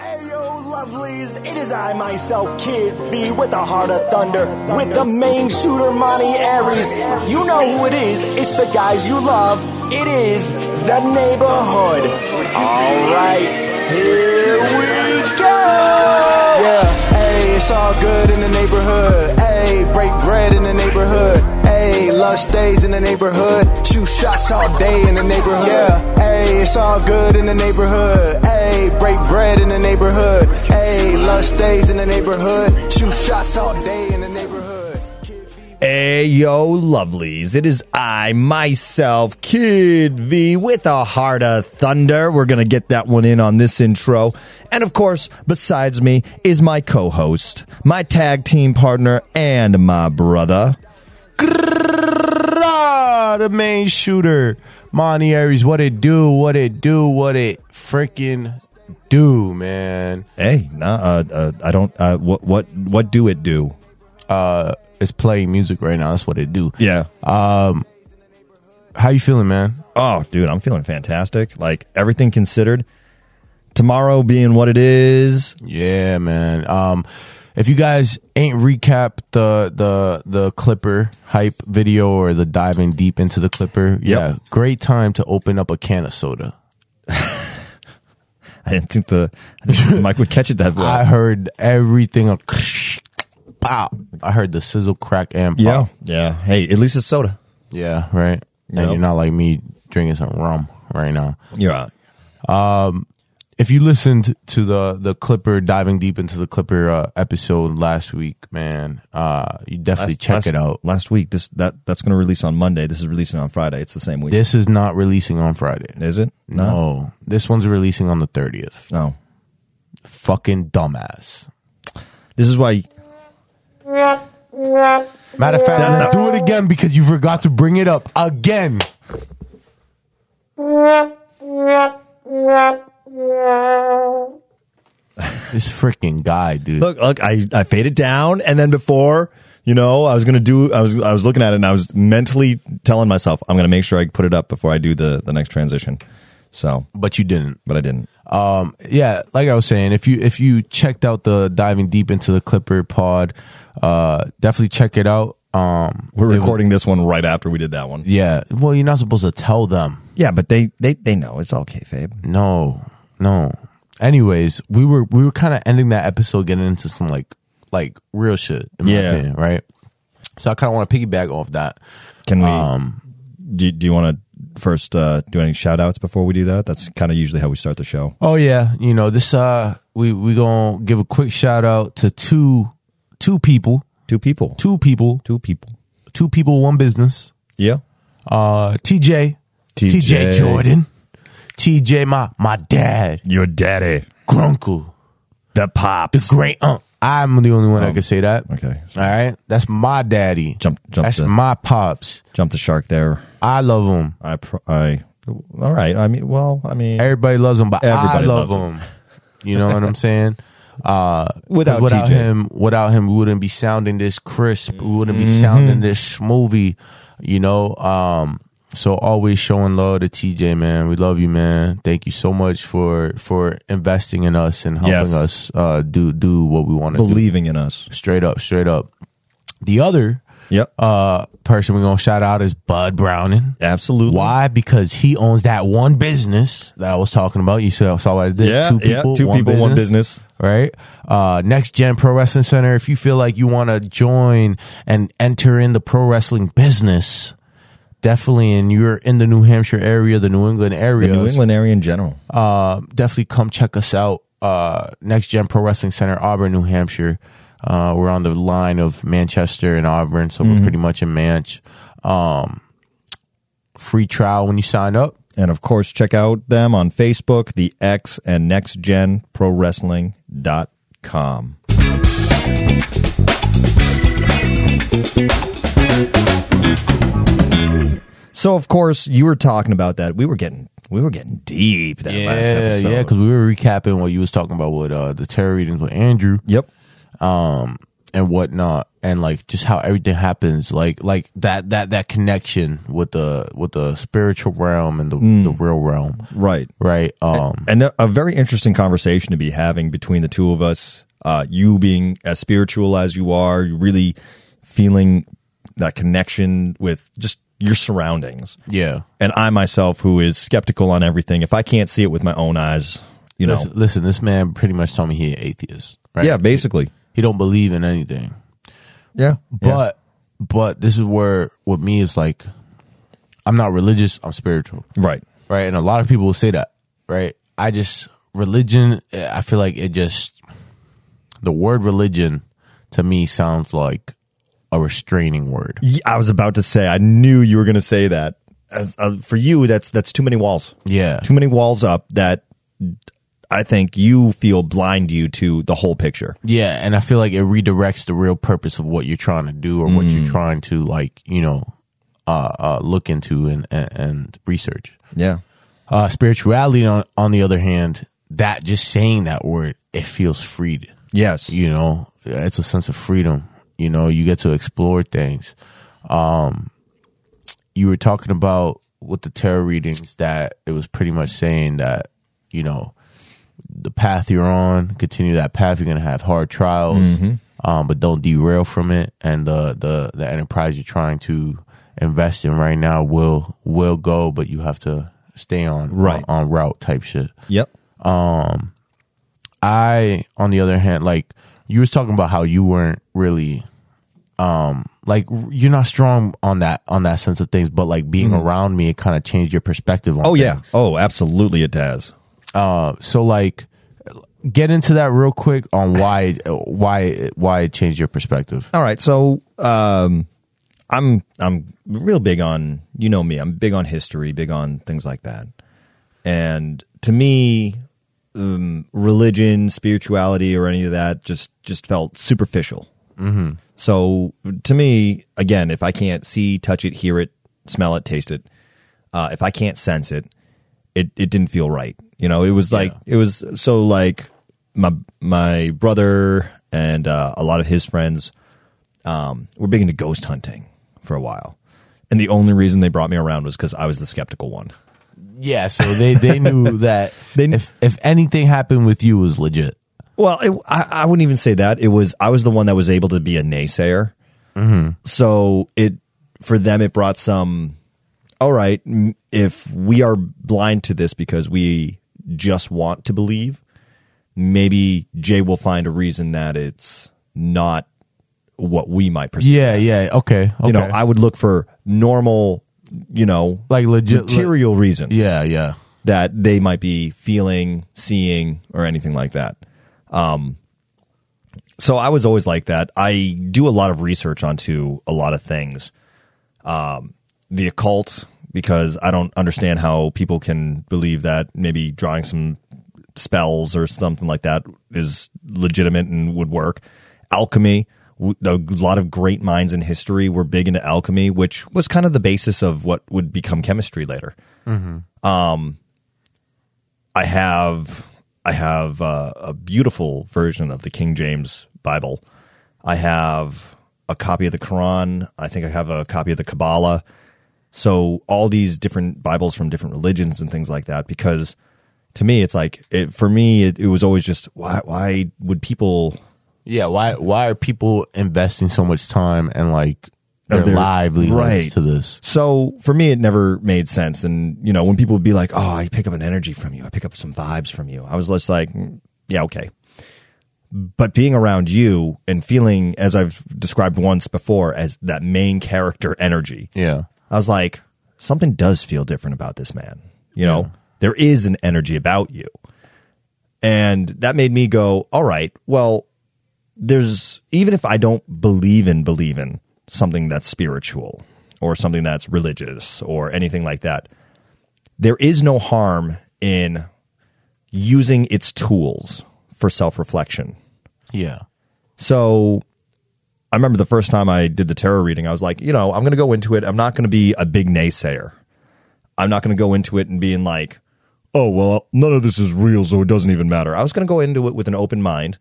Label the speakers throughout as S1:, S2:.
S1: Hey yo, lovelies, it is I myself, Kid B, with the heart of thunder, with the main shooter, Monty Aries. You know who it is, it's the guys you love, it is the neighborhood. Alright, here we go!
S2: Yeah, ayy, it's all good in the neighborhood. Ayy, break bread in the neighborhood. Ayy, lunch stays in the neighborhood. Shoot shots all day in the neighborhood. Yeah, ayy, it's all good in the neighborhood. Ayy, break bread in the neighborhood. Ayy, lunch stays in the neighborhood. Shoot shots all day in the neighborhood.
S3: Hey yo, lovelies! It is I myself, Kid V, with a heart of thunder. We're gonna get that one in on this intro, and of course, besides me is my co-host, my tag team partner, and my brother.
S4: Rah, the main shooter, Monty Aries. What it do? What it do? What it freaking do, man?
S3: Hey, nah, uh, uh, I don't. Uh, what what what do it do?
S4: Uh, it's playing music right now. That's what it do.
S3: Yeah.
S4: How you feeling, man?
S3: Uh, Oh, dude, I'm feeling fantastic. Like everything considered, tomorrow being what it is,
S4: Yeah, man. Um, if you guys ain't recap the the the Clipper hype video or the diving deep into the Clipper, yeah, great time to open up a can of soda.
S3: I didn't think the, I didn't think the mic would catch it that well.
S4: I heard everything. A pop. I heard the sizzle, crack, and pop.
S3: Yeah, yeah. Hey, at least it's soda.
S4: Yeah, right.
S3: Yep.
S4: And you're not like me drinking some rum right now.
S3: You're right.
S4: If you listened to the the Clipper diving deep into the Clipper uh, episode last week, man, uh, you definitely check it out.
S3: Last week, this that that's going to release on Monday. This is releasing on Friday. It's the same week.
S4: This is not releasing on Friday.
S3: is it?
S4: No, this one's releasing on the thirtieth.
S3: no.
S4: Fucking dumbass.
S3: This is why.
S4: Matter of fact, I'm gonna do it again because you forgot to bring it up again. this freaking guy, dude.
S3: Look, look. I I faded down, and then before you know, I was going to do. I was I was looking at it, and I was mentally telling myself, I'm going to make sure I put it up before I do the the next transition. So,
S4: but you didn't.
S3: but I didn't.
S4: um yeah like i was saying if you if you checked out the diving deep into the clipper pod uh definitely check it out um
S3: We're
S4: it-
S3: recording this one right after we did that one.
S4: yeah well you're not supposed to tell them
S3: Yeah, but they they they know it's okay, Fabe.
S4: no no anyways we were we were kind of ending that episode getting into some like like real shit in my
S3: Yeah.
S4: opinion, right so i kind of want to piggyback off that
S3: Can we?
S4: um
S3: do, do you want to first uh, do any shout outs before we do that? That's kind of usually how we start the show.
S4: Oh yeah, you know this. Uh, we we gonna give a quick shout out to two two people,
S3: Two people. Two,
S4: two people,
S3: two people.
S4: two people, one business.
S3: Yeah.
S4: uh, TJ,
S3: TJ.
S4: TJ, Jordan, TJ, my my dad,
S3: Your daddy.
S4: Grunkle,
S3: The pops.
S4: great uncle. I'm the only one that
S3: Um,
S4: can say that.
S3: okay.
S4: all right, that's my daddy.
S3: Jump- jump
S4: That's
S3: the-
S4: my pops.
S3: Jump the shark there.
S4: I love him.
S3: I, pr- I, all right. I mean, well, I mean,
S4: Everybody loves him, but I
S3: Everybody
S4: love
S3: loves him.
S4: him. You know what I'm saying? Uh,
S3: Without
S4: without
S3: TJ.
S4: him, without him, we wouldn't be sounding this crisp. We wouldn't
S3: Mm-hmm.
S4: be sounding this smoothie. You know. Um, so always showing love to TJ, man. We love you, man. Thank you so much for for investing in us and
S3: Yes.
S4: helping us uh, do do what we want to do.
S3: believing in us.
S4: Straight up, straight up. The other
S3: Yep.
S4: uh, person we're gonna shout out is Bud Browning.
S3: Absolutely.
S4: Why? Because he owns that one business that I was talking about. You saw, saw what I did.
S3: Yeah.
S4: two
S3: yeah,
S4: people,
S3: two
S4: one
S3: people,
S4: business,
S3: one business.
S4: Right? Uh, Next Gen Pro Wrestling Center. If you feel like you want to join and enter in the pro wrestling business, definitely, and you're in the New Hampshire area, the New England area,
S3: The New England area in general.
S4: uh, definitely come check us out. Uh, Next Gen Pro Wrestling Center, Auburn, New Hampshire. Uh, we're on the line of Manchester and Auburn, so
S3: Mm-hmm.
S4: we're pretty much in Manch. Um, free trial when you sign up.
S3: And of course, check out them on Facebook, the X and nextgenprowrestling.com. So of course, you were talking about that. We were getting we were getting deep that last
S4: Yeah,
S3: episode.
S4: yeah, because we were recapping what you was talking about with uh, the terror readings with Andrew.
S3: yep.
S4: and whatnot, and like just how everything happens, like like that that that connection with the with the spiritual realm and the,
S3: Hmm.
S4: the real realm,
S3: Right.
S4: right? Um,
S3: and a, a very interesting conversation to be having between the two of us. Uh, you being as spiritual as you are, you really feeling that connection with just your surroundings.
S4: yeah.
S3: And I myself, who is skeptical on everything, if I can't see it with my own eyes, you know,
S4: Listen, listen, this man pretty much told me he an atheist, right?
S3: yeah, basically,
S4: he don't believe in anything.
S3: yeah, yeah.
S4: But but this is where with me is like I'm not religious, I'm spiritual.
S3: right,
S4: Right? And a lot of people will say that, right? I just religion eh, I feel like it just the word religion to me sounds like a restraining word.
S3: Y- I was about to say, I knew you were going to say that. As, uh, for you, that's that's too many walls.
S4: Yeah.
S3: too many walls up that I think you feel blind you to the whole picture.
S4: Yeah, and I feel like it redirects the real purpose of what you're trying to do or what you're trying to like, you know, uh, uh look into and and, and research.
S3: Yeah.
S4: Uh, spirituality, on, on the other hand, that just saying that word, it feels freed.
S3: Yes.
S4: You know, it's a sense of freedom. You know, you get to explore things. Um, you were talking about with the tarot readings that it was pretty much saying that, you know, the path you're on, continue that path. You're gonna have hard trials, um, but don't derail from it. And the the the enterprise you're trying to invest in right now will will go, but you have to stay on
S3: Right.
S4: on, on route type shit.
S3: Yep.
S4: I, on the other hand, like you was talking about how you weren't really, um, like r- you're not strong on that on that sense of things, but like being around me, it kind of changed your perspective. on
S3: Oh yeah.
S4: things.
S3: Oh, absolutely it does.
S4: Uh, so like, get into that real quick on why uh, why why it changed your perspective.
S3: All right. So, um I'm I'm real big on, you know me, I'm big on history, big on things like that. And to me, um, religion, spirituality or any of that just just felt superficial. So to me, again, if I can't see, touch it, hear it, smell it, taste it, uh, if I can't sense it, it it didn't feel right. You know, it was like it was so like my my brother and uh, a lot of his friends um, were big into ghost hunting for a while, and the only reason they brought me around was because I was the skeptical one.
S4: Yeah, so they they knew that
S3: They kn-
S4: if if anything happened with you it was legit.
S3: Well, it, I, I wouldn't even say that. It was I was the one that was able to be a naysayer.
S4: Mm-hmm.
S3: So it for them it brought some. All right, m- if we are blind to this because we just want to believe, maybe Jay will find a reason that it's not what we might perceive.
S4: Yeah, yeah, okay, okay.
S3: You know, I would look for normal, you know,
S4: like legit le-
S3: material reasons
S4: yeah, yeah.
S3: that they might be feeling, seeing, or anything like that. Um, so I was always like that. I do a lot of research onto a lot of things, um, the occult, because I don't understand how people can believe that maybe drawing some spells or something like that is legitimate and would work. Alchemy. w- A lot of great minds in history were big into alchemy, which was kind of the basis of what would become chemistry later. I have I have uh, a beautiful version of the King James Bible. I have a copy of the Quran. I think I have a copy of the Kabbalah. So all these different Bibles from different religions and things like that. Because to me, it's like it, for me, it, it was always just why why would people
S4: Yeah, why why are people investing so much time and like their,
S3: their-
S4: livelihoods
S3: right.
S4: to this?
S3: So for me, it never made sense. And you know, when people would be like, "Oh, I pick up an energy from you. I pick up some vibes from you," I was just like, "Mm, "Yeah, okay." But being around you and feeling, as I've described once before, as that main character energy,
S4: Yeah.
S3: I was like, something does feel different about this man. You know, there is an energy about you. And that made me go, all right, well, there's even if I don't believe in believe in something that's spiritual or something that's religious or anything like that, there is no harm in using its tools for self-reflection.
S4: Yeah.
S3: So I remember the first time I did the tarot reading, I was like, you know, I'm going to go into it. I'm not going to be a big naysayer. I'm not going to go into it and being like, oh, well, none of this is real, so it doesn't even matter. I was going to go into it with an open mind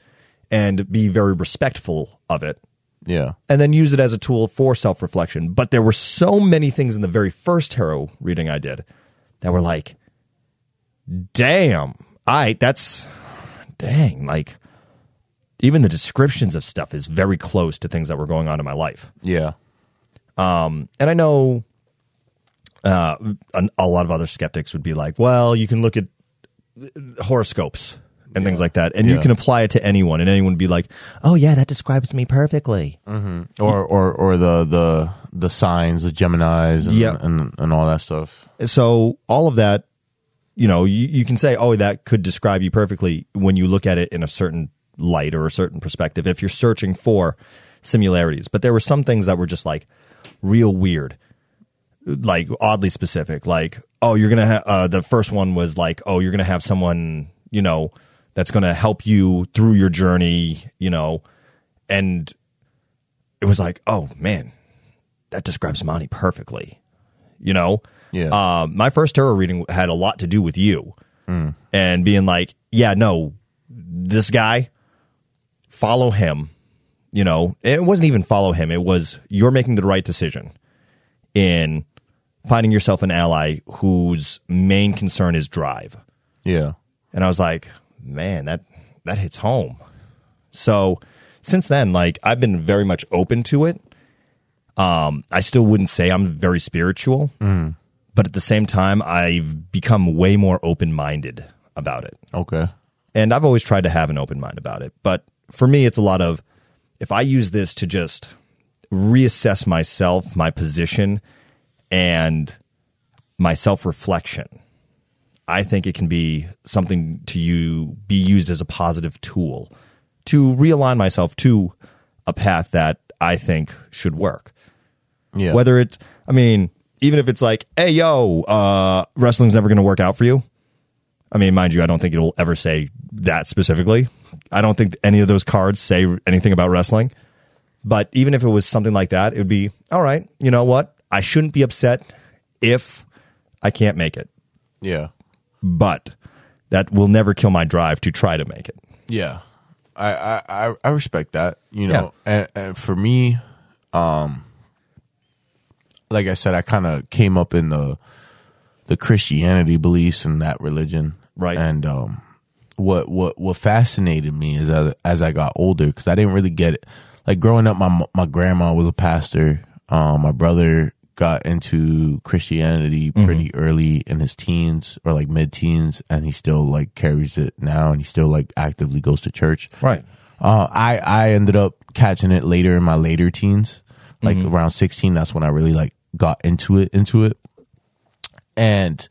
S3: and be very respectful of it
S4: Yeah.
S3: and then use it as a tool for self reflection. But there were so many things in the very first tarot reading I did that were like, damn, I that's dang, like even the descriptions of stuff is very close to things that were going on in my life.
S4: Yeah.
S3: And I know uh, an- a lot of other skeptics would be like, well, you can look at uh, horoscopes and things like that, and you
S4: Yeah.
S3: can apply it to anyone, and anyone would be like, oh, yeah, that describes me perfectly.
S4: Or or or the the the signs, the Gemini's, and
S3: Yeah.
S4: and, and all that stuff.
S3: so all of that you know you, you can say oh that could describe you perfectly when you look at it in a certain light or a certain perspective if you're searching for similarities but there were some things that were just like real weird like oddly specific like oh you're gonna ha- uh, the first one was like oh you're gonna have someone you know that's gonna help you through your journey you know and it was like oh man that describes monty perfectly you know
S4: Yeah.
S3: um, my first tarot reading had a lot to do with you and being like, yeah, no, this guy, follow him. You know, it wasn't even follow him. It was you're making the right decision in finding yourself an ally whose main concern is drive.
S4: Yeah.
S3: And I was like, man, that that hits home. So since then, like I've been very much open to it. Um, I still wouldn't say I'm very spiritual, but at the same time, I've become way more open minded about it.
S4: Okay.
S3: And I've always tried to have an open mind about it. But for me, it's a lot of if I use this to just reassess myself, my position, and my self reflection, I think it can be something to you be used as a positive tool to realign myself to a path that I think should work
S4: Yeah.
S3: whether it's i mean even if it's like hey yo uh wrestling's never going to work out for you i mean mind you i don't think it'll ever say that specifically i don't think any of those cards say anything about wrestling but even if it was something like that it would be all right you know what i shouldn't be upset if i can't make it
S4: Yeah.
S3: but that will never kill my drive to try to make it
S4: Yeah. I I I- I respect that. You know, and, and for me, um, like I said, I kind of came up in the the Christianity beliefs and that religion,
S3: Right.
S4: And um, what what what fascinated me is as as I got older because I didn't really get it. Like growing up, my mo- my grandma was a pastor. Um, my brother got into Christianity pretty early in his teens or like mid teens, and he still like carries it now, and he still like actively goes to church.
S3: right
S4: Uh, I I ended up catching it later in my later teens, like around sixteen. That's when I really like got into it, into it. And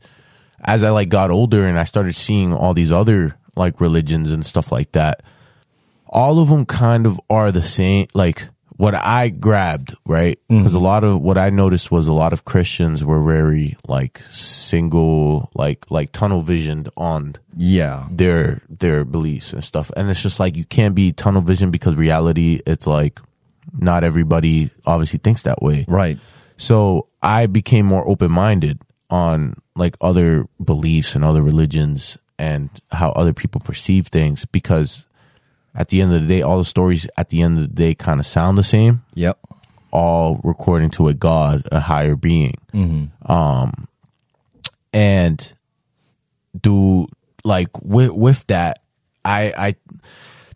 S4: as I like got older and I started seeing all these other like religions and stuff like that, all of them kind of are the same. Like what I grabbed, right? Because a lot of what I noticed was a lot of Christians were very like single, like like tunnel visioned on
S3: yeah
S4: their their beliefs and stuff and it's just like you can't be tunnel vision because reality it's like not everybody obviously thinks that way
S3: right
S4: so i became more open-minded on like other beliefs and other religions and how other people perceive things because at the end of the day all the stories at the end of the day kind of sound the same
S3: yep
S4: all recording to a god, a higher being. Um, and do like with with that, I I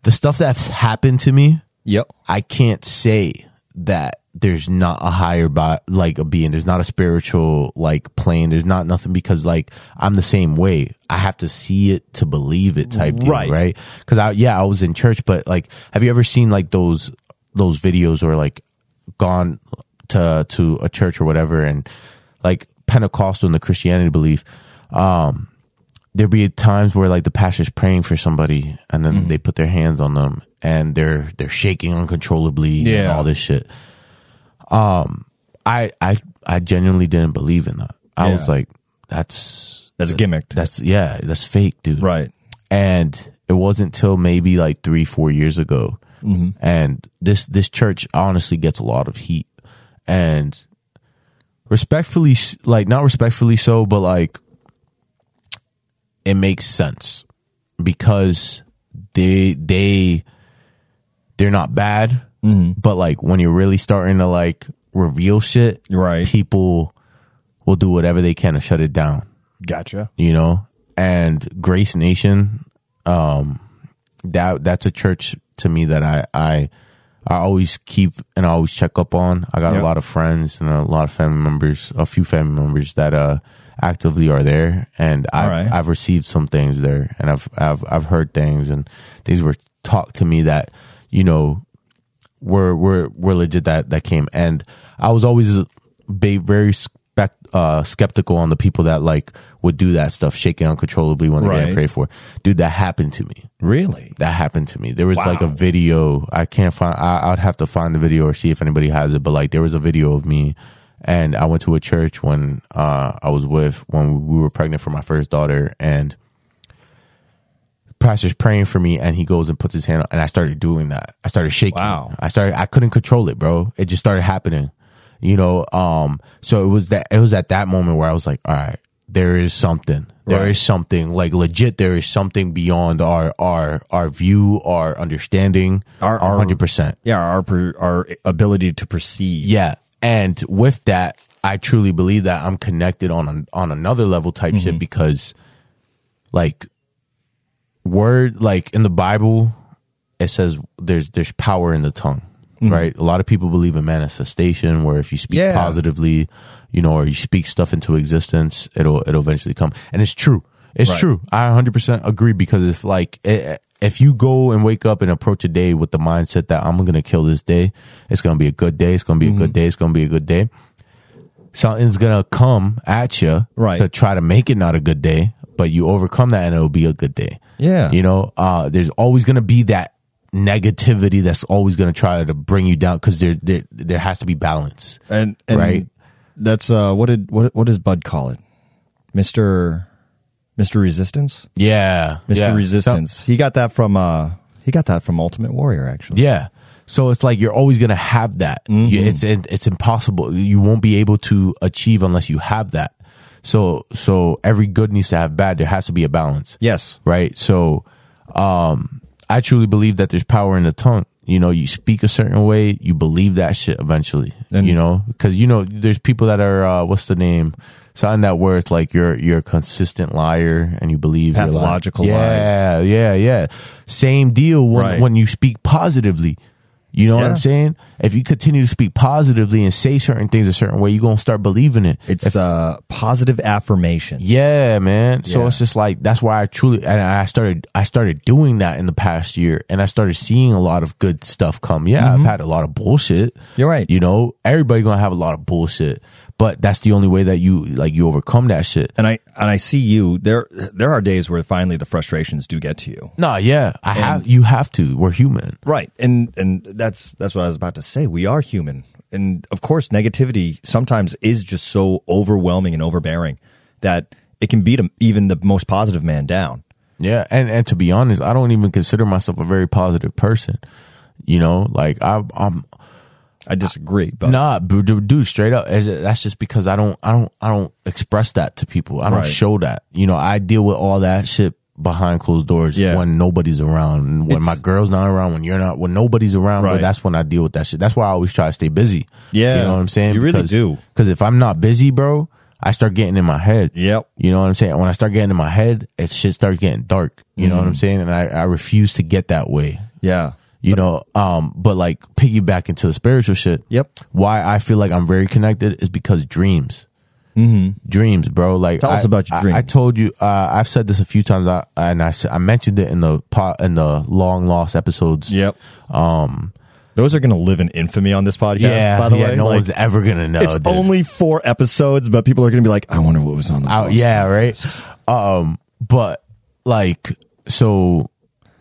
S4: the stuff that's happened to me,
S3: yep
S4: I can't say that there's not a higher by like a being. There's not a spiritual like plane. There's not nothing because like I'm the same way. I have to see it to believe it type thing,
S3: Right.
S4: right? right? Because I yeah, I was in church, but like, have you ever seen like those those videos or like gone to to a church or whatever, and like Pentecostal and the Christianity belief, um, there be times where like the pastor's praying for somebody, and
S3: Mm-hmm.
S4: then they put their hands on them, and they're they're shaking uncontrollably, and
S3: Yeah.
S4: all this shit. Um, I I I genuinely didn't believe in that. I was
S3: Yeah.
S4: like, that's
S3: that's gimmicked
S4: that's yeah, that's fake, dude
S3: right
S4: and it wasn't till maybe like three four years ago and this this church honestly gets a lot of heat and respectfully s- like not respectfully so but like it makes sense because they they they're not bad, but like when you're really starting to like reveal shit,
S3: Right.
S4: People will do whatever they can to shut it down,
S3: Gotcha.
S4: you know. And Grace Nation, um, that that's a church to me that I I I always keep and I always check up on. I got
S3: Yeah.
S4: a lot of friends and a lot of family members, a few family members that uh actively are there, and I I've,
S3: Alright.
S4: I've received some things there, and I've I've I've heard things, and things were talked to me that you know were were were legit that that came, and I was always ba- very spec- uh, skeptical on the people that like would do that stuff, shaking uncontrollably when they
S3: Right.
S4: get prayed for. Dude, that happened to me
S3: Really?
S4: that happened to me. There was like a
S3: Wow.
S4: video. I can't find. I, I'd have to find the video or see if anybody has it. But like, there was a video of me, and I went to a church when uh, I was with when we were pregnant for my first daughter, and pastor's praying for me, and he goes and puts his hand, on, and I started doing that. I started shaking.
S3: Wow.
S4: I started. I couldn't control it, bro. It just started happening. You know. Um. So it was that. It was at that moment where I was like, all right. There is something. There is
S3: Right.
S4: something like legit. There is something beyond our our our view, our understanding,
S3: Our- our-
S4: hundred percent.
S3: Yeah, our per, our ability to perceive.
S4: Yeah, and with that, I truly believe that I'm connected on an, on another level type shit because, like, word like in the Bible, it says there's there's power in the tongue, right? A lot of people believe in manifestation, where if you speak
S3: Yeah.
S4: positively, you know, or you speak stuff into existence, it'll it'll eventually come, and it's true. It's
S3: Right.
S4: true. I 100% agree because if like i- if you go and wake up and approach a day with the mindset that I'm going to kill this day, it's going to be a good day, it's going to be a
S3: Mm-hmm.
S4: good day, it's going to be a good day. Something's going to come at you
S3: Right.
S4: to try to make it not a good day, but you overcome that and it'll be a good day.
S3: Yeah.
S4: You know, uh, there's always going to be that negativity that's always going to try to bring you down because there, there there has to be balance.
S3: and, and
S4: Right.
S3: That's uh, what did what what does Bud call it? Mister Mister Resistance.
S4: Yeah.
S3: Mister
S4: yeah. So-
S3: Resistance. he got that from uh, he got that from Ultimate Warrior actually.
S4: Yeah. So it's like you're always gonna have that.
S3: Mm-hmm.
S4: You- It's it, it's impossible. You won't be able to achieve unless you have that. So so every good needs to have bad. There has to be a balance.
S3: Yes.
S4: Right. So um, I truly believe that there's power in the tongue. You know, you speak a certain way, you believe that shit eventually.
S3: And-
S4: you know, because you know, there's people that are uh, what's the name? Something that where it's like you're you're a consistent liar and you believe you're lying.
S3: Pathological
S4: yeah,
S3: lies.
S4: yeah, yeah, yeah. Same deal when,
S3: Right.
S4: when you speak positively. You know what
S3: Yeah.
S4: I'm saying? If you continue to speak positively and say certain things a certain way, you're going to start believing it.
S3: It's uh, positive affirmation.
S4: Yeah, man. So
S3: Yeah.
S4: it's just like that's why I truly and I started I started doing that in the past year and I started seeing a lot of good stuff come. Yeah, I've had a lot of bullshit.
S3: Mm-hmm. You're right.
S4: You know, everybody going to have a lot of bullshit, but that's the only way that you like you overcome that shit.
S3: And I and I see you. There there are days where finally the frustrations do get to you.
S4: Nah, yeah. I have you have to. We're human.
S3: Right. And and that's that's what I was about to say. We are human. And of course negativity sometimes is just so overwhelming and overbearing that it can beat 'em- even the most positive man down.
S4: Yeah, and and to be honest, I don't even consider myself a very positive person. You know, like I, I'm
S3: I disagree, but
S4: nah, bu- du- dude, straight up. As- That's just because I don't, I don't, I don't express that to people. I don't
S3: Right.
S4: show that. You know, I deal with all that shit behind closed doors
S3: Yeah.
S4: when nobody's around, and when
S3: It's-
S4: my girl's not around, when you're not, when nobody's around.
S3: Right.
S4: But that's when I deal with that shit. That's why I always try to stay busy.
S3: Yeah.
S4: you know what I'm saying?
S3: You really
S4: Because-
S3: do.
S4: Because if I'm not busy, bro, I start getting in my head.
S3: Yep.
S4: You know what I'm saying? When I start getting in my head, it shit starts getting dark. You
S3: Mm-hmm.
S4: know what I'm saying? And I, I refuse to get that way
S3: yeah.
S4: you know um but like piggyback into the spiritual shit
S3: Yep.
S4: why i feel like i'm very connected is because dreams mm-hmm. dreams bro like
S3: Tell us
S4: I-
S3: about your
S4: I-
S3: dreams.
S4: I, told you uh, i've said this a few times I, and I, s- I mentioned it in the pot in the long lost episodes
S3: Yep. Um those are going to live in infamy on this podcast
S4: yeah
S3: by the
S4: yeah,
S3: way.
S4: no
S3: Like,
S4: one's ever gonna know
S3: it's
S4: dude.
S3: only 4 episodes, but people are going to be like, "I wonder what was on the
S4: Out-
S3: post."
S4: Oh, yeah, right. Um, but like, so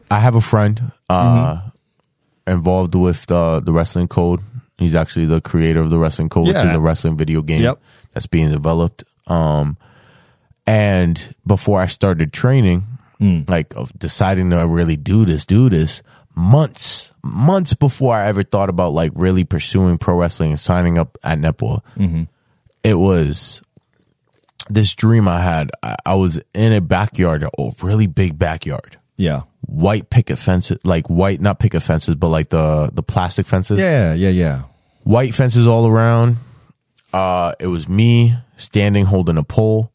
S4: I have a friend uh
S3: Mm-hmm.
S4: involved with uh, the wrestling code. He's actually the creator of the wrestling code, which
S3: Yeah.
S4: is a wrestling video game
S3: Yep.
S4: that's being developed. Um, and before I started training,
S3: Mm.
S4: like of deciding to really do this, do this, months, months before I ever thought about like really pursuing pro wrestling and signing up at Nepal,
S3: Mm-hmm.
S4: it was this dream I had. I, I was in a backyard, a really big backyard,
S3: Yeah.
S4: white picket fences, like white not picket fences, but like the the plastic fences.
S3: Yeah, yeah, yeah.
S4: White fences all around. Uh, it was me standing holding a pole.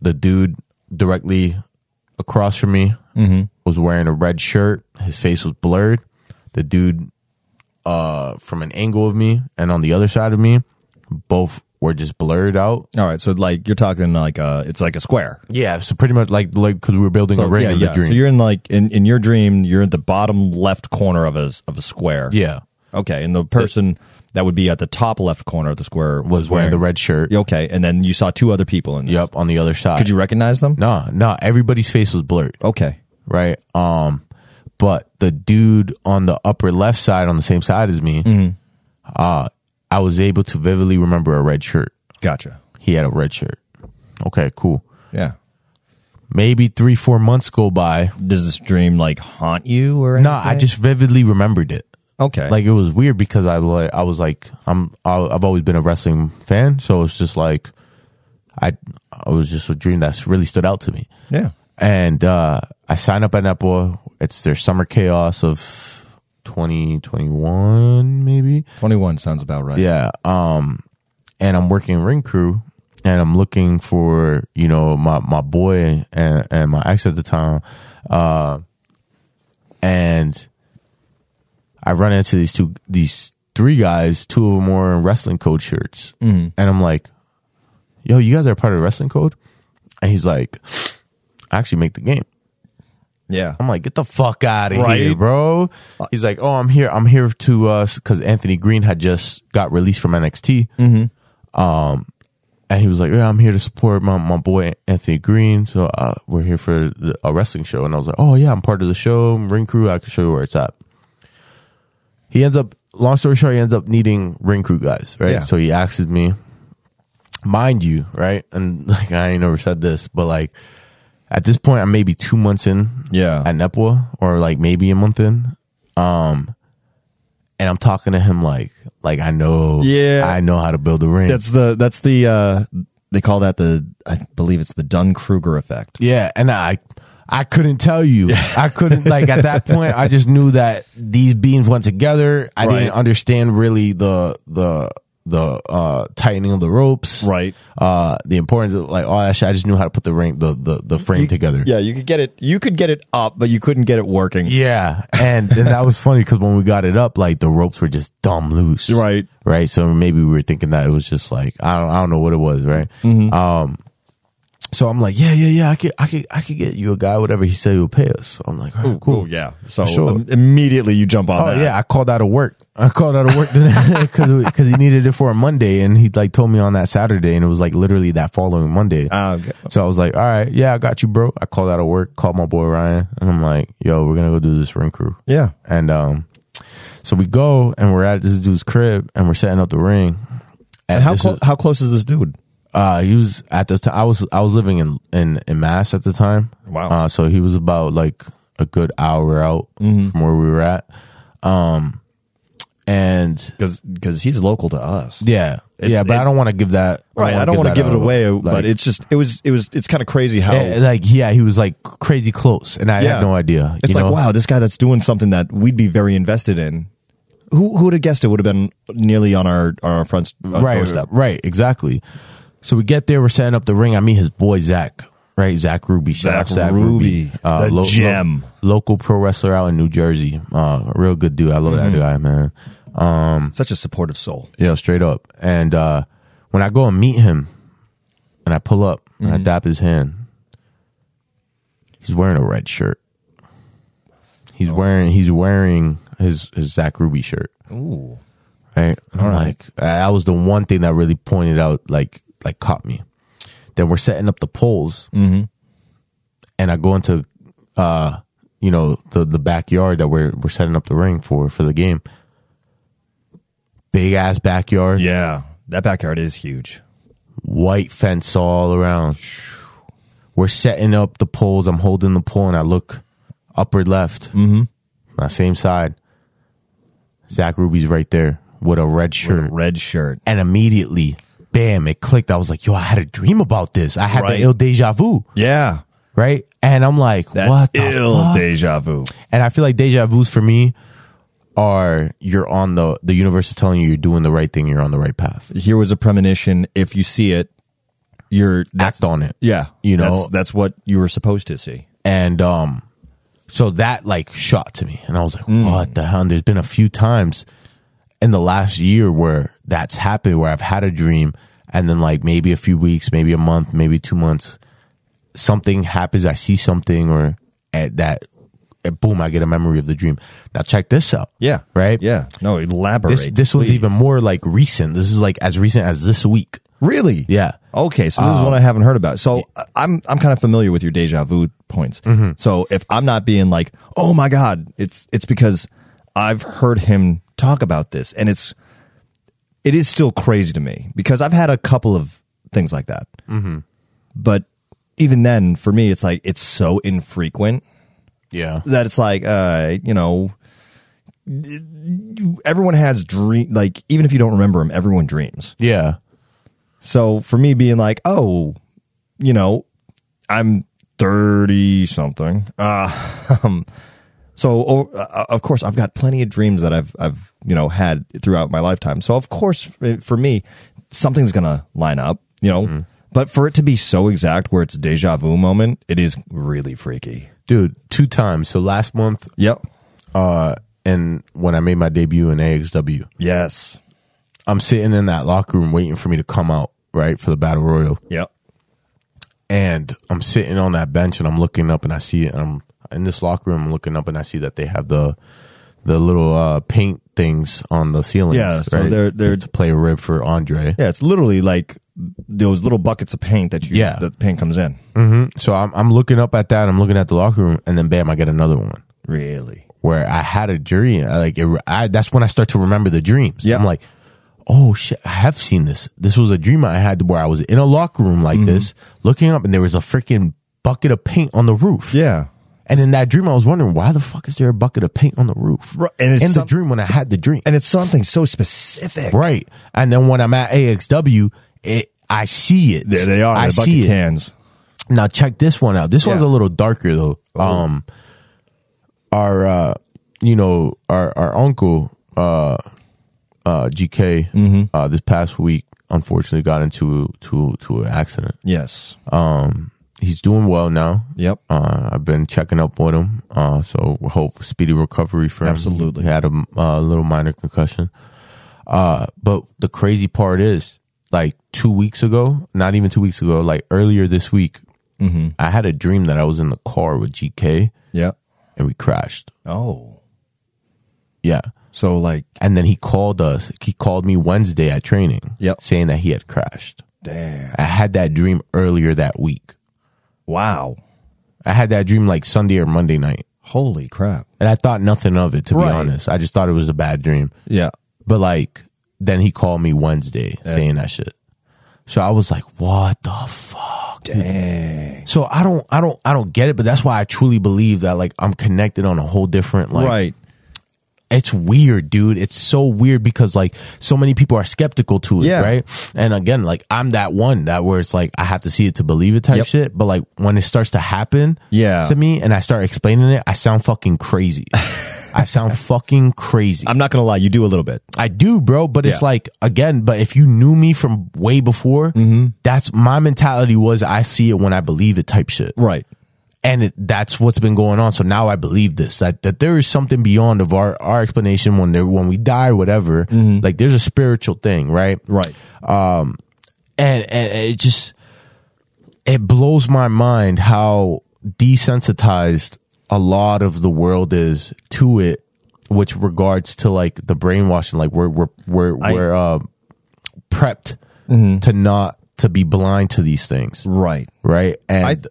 S4: The dude directly across from me
S3: Mm-hmm.
S4: was wearing a red shirt. His face was blurred. The dude uh, from an angle of me and on the other side of me, both were just blurred out.
S3: All right, so like you're talking like uh it's like a square.
S4: Yeah, so pretty much like like because we were building a ring
S3: yeah,
S4: of
S3: yeah.
S4: the dream.
S3: So you're in like in, in your dream, you're at the bottom left corner of a s- of a square.
S4: yeah,
S3: Okay, and the person that would be at the top left corner of the square
S4: was wearing the red shirt.
S3: Okay, and then you saw two other people in. there.
S4: Yep, on the other side.
S3: Could you recognize them?
S4: No, no. Everybody's face was blurred,
S3: Okay.
S4: right? Um, but the dude on the upper left side, on the same side as me, uh, I was able to vividly remember a red shirt.
S3: Gotcha.
S4: He had a red shirt. Okay, cool.
S3: Yeah.
S4: Maybe three, four months go by.
S3: Does this dream like haunt you or
S4: No, I just vividly remembered it.
S3: okay.
S4: Like it was weird because I was I was like I'm I- I've always been a wrestling fan, so it's just like I I was just a dream that's really stood out to me.
S3: yeah.
S4: and uh, I signed up at Nepal. It's their summer chaos of 2021, maybe.
S3: Twenty one sounds about right.
S4: Yeah. Um, and I'm working ring crew, and I'm looking for you know my my boy and and my ex at the time, uh, and I run into these two these three guys. Two of them were in wrestling code shirts, and I'm like, "Yo, you guys are part of wrestling code," and he's like, "I actually make the game."
S3: Yeah.
S4: I'm like, get the fuck out of
S3: Right. Uh,
S4: here, bro. He's like, oh, I'm here. I'm here to us because Anthony Green had just got released from NXT. Um,
S3: Mm-hmm.
S4: and he was like, yeah, I'm here to support my, my boy Anthony Green. So uh, we're here for the, a wrestling show. And I was like, oh, yeah, I'm part of the show. I'm ring crew. I can show you where it's at. He ends up, long story short, he ends up needing ring crew guys, right?
S3: Yeah.
S4: So he asked me, mind you, right? And like, I ain't never said this, but like, at this point, I'm maybe two months in
S3: Yeah.
S4: at Nepwa or like maybe a month in. Um, and I'm talking to him like, like I know,
S3: Yeah.
S4: I know how to build a ring.
S3: That's the that's the uh they call that the I believe it's the Dunn Kruger effect.
S4: yeah. And I, I couldn't tell you. I couldn't like at that point. I just knew that these beams went together. I
S3: Right.
S4: didn't understand really the the the uh tightening of the ropes,
S3: Right.
S4: Uh, the importance of like all that shit. I just knew how to put the ring, the the the frame together.
S3: Yeah, you could get it you could get it up, but you couldn't get it working.
S4: Yeah, and and that was funny because when we got it up, like the ropes were just dumb loose,
S3: Right.
S4: Right. So maybe we were thinking that it was just like I don't I don't know what it was, right?
S3: Mm-hmm.
S4: Um, so I'm like, yeah, yeah, yeah, I could I could I could get you a guy, whatever he said he'll pay us. So I'm like, all right, cool,
S3: Cool, yeah. So
S4: Sure.
S3: um, immediately you jump on
S4: Oh
S3: that.
S4: yeah, I called out of work. I called out of work because because he needed it for a Monday, and he like told me on that Saturday, and it was like literally that following Monday.
S3: Ah, okay.
S4: So I was like, all right, yeah, I got you, bro. I called out of work, called my boy Ryan, and I'm like, yo, we're gonna go do this ring crew.
S3: Yeah.
S4: And um, so we go and we're at this dude's crib and we're setting up the ring.
S3: And how
S4: this
S3: clo-
S4: is-
S3: how close is this dude?
S4: uh, he was at the time I was I was living in in in Mass at the time.
S3: Wow.
S4: Uh, so he was about like a good hour out
S3: Mm-hmm.
S4: from where we were at. Um, and
S3: Because he's local to us.
S4: yeah,
S3: It's-
S4: yeah, but
S3: it-
S4: I don't want to give that
S3: Right. I don't want to
S4: that
S3: give it
S4: out.
S3: away,
S4: Like,
S3: but it's just it was it was it's kind of crazy how
S4: eh, like yeah, he was like crazy close, and I
S3: Yeah.
S4: had no idea.
S3: It's
S4: you
S3: like,
S4: know?
S3: wow, this guy that's doing something that we'd be very invested in. Who who would have guessed it would have been nearly on our on our front uh,
S4: right,
S3: doorstep?
S4: Right, exactly. So we get there, we're setting up the ring. I meet his boy Zach, right? Zach Ruby. Shout out
S3: Zach
S4: Zach
S3: Ruby,
S4: Ruby. Uh,
S3: the gem.
S4: local pro wrestler out in New Jersey. Uh, a real good dude. I love that
S3: Mm-hmm.
S4: guy, man.
S3: Such a supportive soul.
S4: Yeah, straight up. And uh, when I go and meet him and I pull up and I dap his hand, he's wearing a red shirt. He's wearing he's wearing his his Zach Ruby shirt. Ooh. Right? And I'm like uh, that was the one thing that really pointed out like like caught me. Then we're setting up the poles and I go into uh you know the the backyard that we're we're setting up the ring for for the game. Big ass backyard.
S3: Yeah, that backyard is huge.
S4: white fence all around. We're setting up the poles. I'm holding the pole and I look upward left, mm-hmm. my same side. Zach Ruby's right there with a red shirt.
S3: Red shirt.
S4: And immediately, bam, it clicked. I was like, yo, I had a dream about this. I had
S3: Right.
S4: the ill deja vu.
S3: Yeah,
S4: right? And I'm like,
S3: That
S4: what the
S3: ill
S4: fuck?
S3: deja vu.
S4: And I feel like deja vu's for me are you're on the the universe is telling you you're doing the right thing, you're on the right path.
S3: Here was a premonition. If you see it, you're that's,
S4: Act on it.
S3: yeah.
S4: You know?
S3: that's, that's what you were supposed to see.
S4: And um so that like shot to me and I was like,
S3: Mm.
S4: what the hell? And there's been a few times in the last year where that's happened where I've had a dream and then like maybe a few weeks, maybe a month, maybe two months, something happens, I see something or at that and boom, I get a memory of the dream. Now check this out.
S3: Yeah.
S4: Right?
S3: Yeah. No, elaborate.
S4: This this one's
S3: please.
S4: even more like recent. This is like as recent as this week.
S3: really
S4: Yeah.
S3: Okay, so this is one I haven't heard about. So I- I'm I'm kind of familiar with your deja vu points. So if I'm not being like, oh my god, it's it's because I've heard him talk about this, and it's it is still crazy to me because I've had a couple of things like that. But even then, for me, it's like it's so infrequent
S4: Yeah.
S3: that it's like uh you know everyone has dream like even if you don't remember them everyone dreams
S4: Yeah.
S3: so for me being like, oh, you know, I'm 30 something. Uh, um, so oh, uh, of course I've got plenty of dreams that I've I've you know had throughout my lifetime. So of course f- for me something's going to line up, you know. But for it to be so exact where it's deja vu moment, it is really freaky.
S4: Dude, two times. So last month
S3: Yep.
S4: uh and when I made my debut in AXW,
S3: Yes.
S4: I'm sitting in that locker room waiting for me to come out, right, for the battle royal.
S3: Yep.
S4: And I'm sitting on that bench and I'm looking up and I see it and I'm in this locker room I'm looking up and I see that they have the the little uh paint things on the ceilings.
S3: Yeah, so
S4: right?
S3: they're- they're-
S4: to play a rib for Andre.
S3: Yeah, it's literally like those little buckets of paint that you
S4: Yeah.
S3: that paint comes in.
S4: So I'm I'm looking up at that, I'm looking at the locker room and then bam, I get another one.
S3: Really?
S4: where I had a dream. I, Like it, I, that's when I start to remember the dreams.
S3: Yeah.
S4: I'm like, oh shit, I have seen this. This was a dream I had where I was in a locker room
S3: Mm-hmm.
S4: like this, looking up, and there was a freaking bucket of paint on the roof.
S3: Yeah.
S4: And in that dream, I was wondering why the fuck is there a bucket of paint on the roof?
S3: Right, and it's
S4: in
S3: some-
S4: the dream when I had the dream,
S3: And it's something so specific.
S4: right? And then when I'm at AXW, it. I see it.
S3: There they are.
S4: I
S3: the bucket
S4: see it.
S3: cans.
S4: Now check this one out. This one's
S3: Yeah.
S4: a little darker though. Um our uh you know, our our uncle uh uh GK uh this past week unfortunately got into to to an accident.
S3: Yes.
S4: He's doing well now.
S3: Yep.
S4: Uh, I've been checking up on him. Uh, so we hope speedy recovery for him.
S3: Absolutely.
S4: He had a uh, little minor concussion. Uh, but the crazy part is like two weeks ago, not even two weeks ago, like earlier this week,
S3: Mm-hmm.
S4: I had a dream that I was in the car with GK
S3: Yep.
S4: and we crashed.
S3: Oh.
S4: Yeah.
S3: So like,
S4: And then he called us. He called me Wednesday at training
S3: Yep.
S4: saying that he had crashed.
S3: damn.
S4: I had that dream earlier that week.
S3: Wow.
S4: I had that dream like Sunday or Monday night.
S3: Holy crap.
S4: And I thought nothing of it, to
S3: Right.
S4: be honest. I just thought it was a bad dream.
S3: Yeah.
S4: But like, then he called me Wednesday saying that shit. So I was like, what the fuck? dude?"
S3: Dang.
S4: So I don't, I don't, I don't get it. But that's why I truly believe that like I'm connected on a whole different like.
S3: right.
S4: It's weird, dude. It's so weird because like so many people are skeptical to it,
S3: Yeah.
S4: right? And again, like I'm that one that where it's like I have to see it to believe it type
S3: Yep.
S4: shit. But like when it starts to happen,
S3: Yeah.
S4: to me, and I start explaining it, I sound fucking crazy. I sound fucking crazy.
S3: I'm not gonna lie. You do a little bit.
S4: I do, bro. But it's
S3: Yeah.
S4: like again, but if you knew me from way before,
S3: Mm-hmm.
S4: that's my mentality was I see it when I believe it type shit,
S3: Right.
S4: and it, that's what's been going on. So now I believe this that that there is something beyond of our our explanation when there when we die, or whatever. Like there's a spiritual thing, right?
S3: Mm-hmm. Right.
S4: and, and it just it blows my mind how desensitized a lot of the world is to it which regards to like the brainwashing like we're we're we're, we're uh, prepped to not to be blind to these things
S3: Mm-hmm. Right.
S4: right and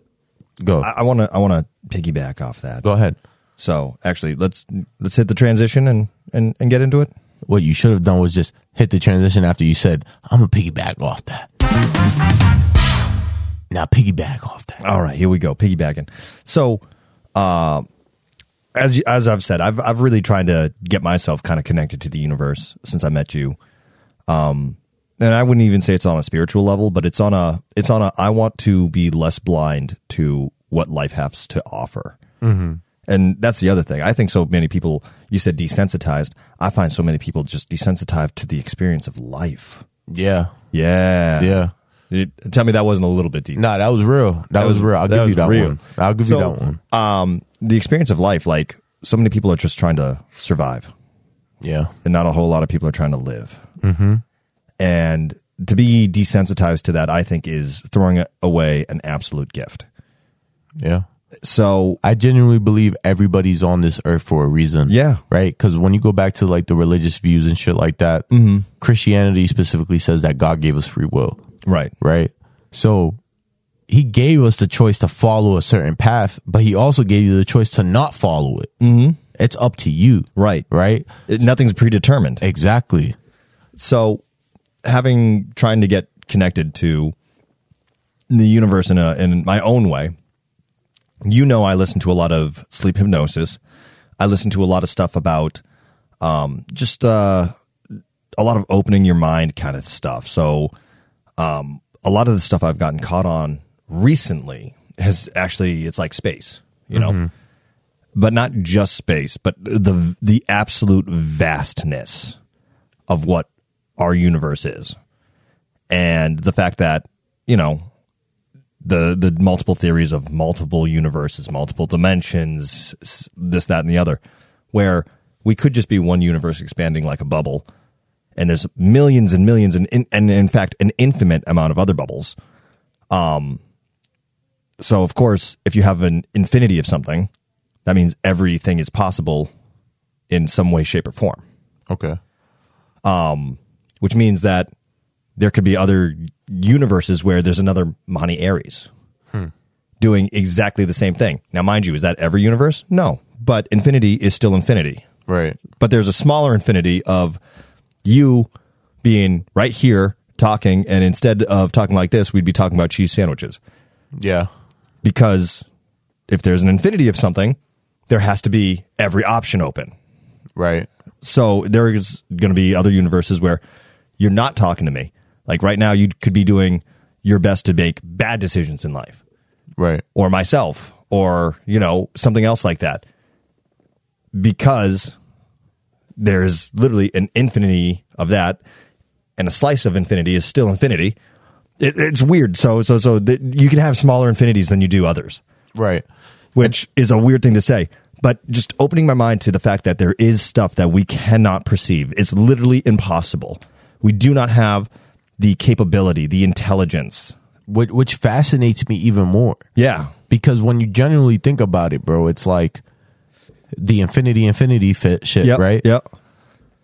S4: go
S3: I, I wanna. I wanna piggyback off that.
S4: go ahead
S3: So actually, let's let's hit the transition and and and get into it.
S4: what you should have done was just hit the transition after you said i'm gonna piggyback off that now piggyback off that
S3: All right, here we go. Piggybacking. So, uh, as you, as I've said, I've I've really tried to get myself kind of connected to the universe since I met you. Um, and I wouldn't even say it's on a spiritual level, but it's on a it's on a I want to be less blind to what life has to offer. And that's the other thing. I think so many people, you said desensitized. I find so many people just desensitized to the experience of life.
S4: Yeah.
S3: Yeah.
S4: Yeah.
S3: It- tell me that wasn't a little bit deep.
S4: No, that was real. That, was, real. I'll give
S3: was
S4: you that
S3: real.
S4: one. I'll give
S3: So,
S4: you that one.
S3: Um, the experience of life, like so many people are just trying to survive,
S4: Yeah.
S3: and not a whole lot of people are trying to live. Mm-hmm. And to be desensitized to that, I think, is throwing a- away an absolute gift.
S4: Yeah.
S3: So
S4: I genuinely believe everybody's on this earth for a reason.
S3: Yeah.
S4: Right? Because when you go back to like the religious views and shit like that, Christianity specifically says that God gave us free will.
S3: right,
S4: Right? So he gave us the choice to follow a certain path, but he also gave you the choice to not follow it. Mm-hmm. It's up to you.
S3: right,
S4: Right?
S3: It- nothing's predetermined.
S4: Exactly.
S3: so having trying to get connected to the universe in a in my own way you know i listen to a lot of sleep hypnosis i listen to a lot of stuff about um just uh a lot of opening your mind kind of stuff so um a lot of the stuff i've gotten caught on recently has actually it's like space you know but not just space but the the absolute vastness of what our universe is and the fact that you know the the multiple theories of multiple universes multiple dimensions s- this that and the other where we could just be one universe expanding like a bubble and there's millions and millions and in, and in fact an infinite amount of other bubbles um so of course if you have an infinity of something that means everything is possible in some way shape or form
S4: Okay.
S3: which means that there could be other universes where there's another Monty Aries doing exactly the same thing. Now, mind you, is that every universe? No, but infinity is still infinity.
S4: Right.
S3: But there's a smaller infinity of you being right here talking, and instead of talking like this, we'd be talking about cheese sandwiches.
S4: Yeah.
S3: Because if there's an infinity of something, there has to be every option open
S4: Right.
S3: so there's going to be other universes where you're not talking to me. Like right now, you could be doing your best to make bad decisions in life,
S4: Right.
S3: or myself, or you know something else like that, because there's literally an infinity of that, and a slice of infinity is still infinity. It, it's weird. So so so that you can have smaller infinities than you do others
S4: Right.
S3: which is a weird thing to say. But just opening my mind to the fact that there is stuff that we cannot perceive. It's literally impossible. We do not have the capability, the intelligence.
S4: Which, which fascinates me even more.
S3: Yeah.
S4: because when you genuinely think about it, bro, it's like the infinity infinity fit shit,
S3: Yep.
S4: right?
S3: Yep.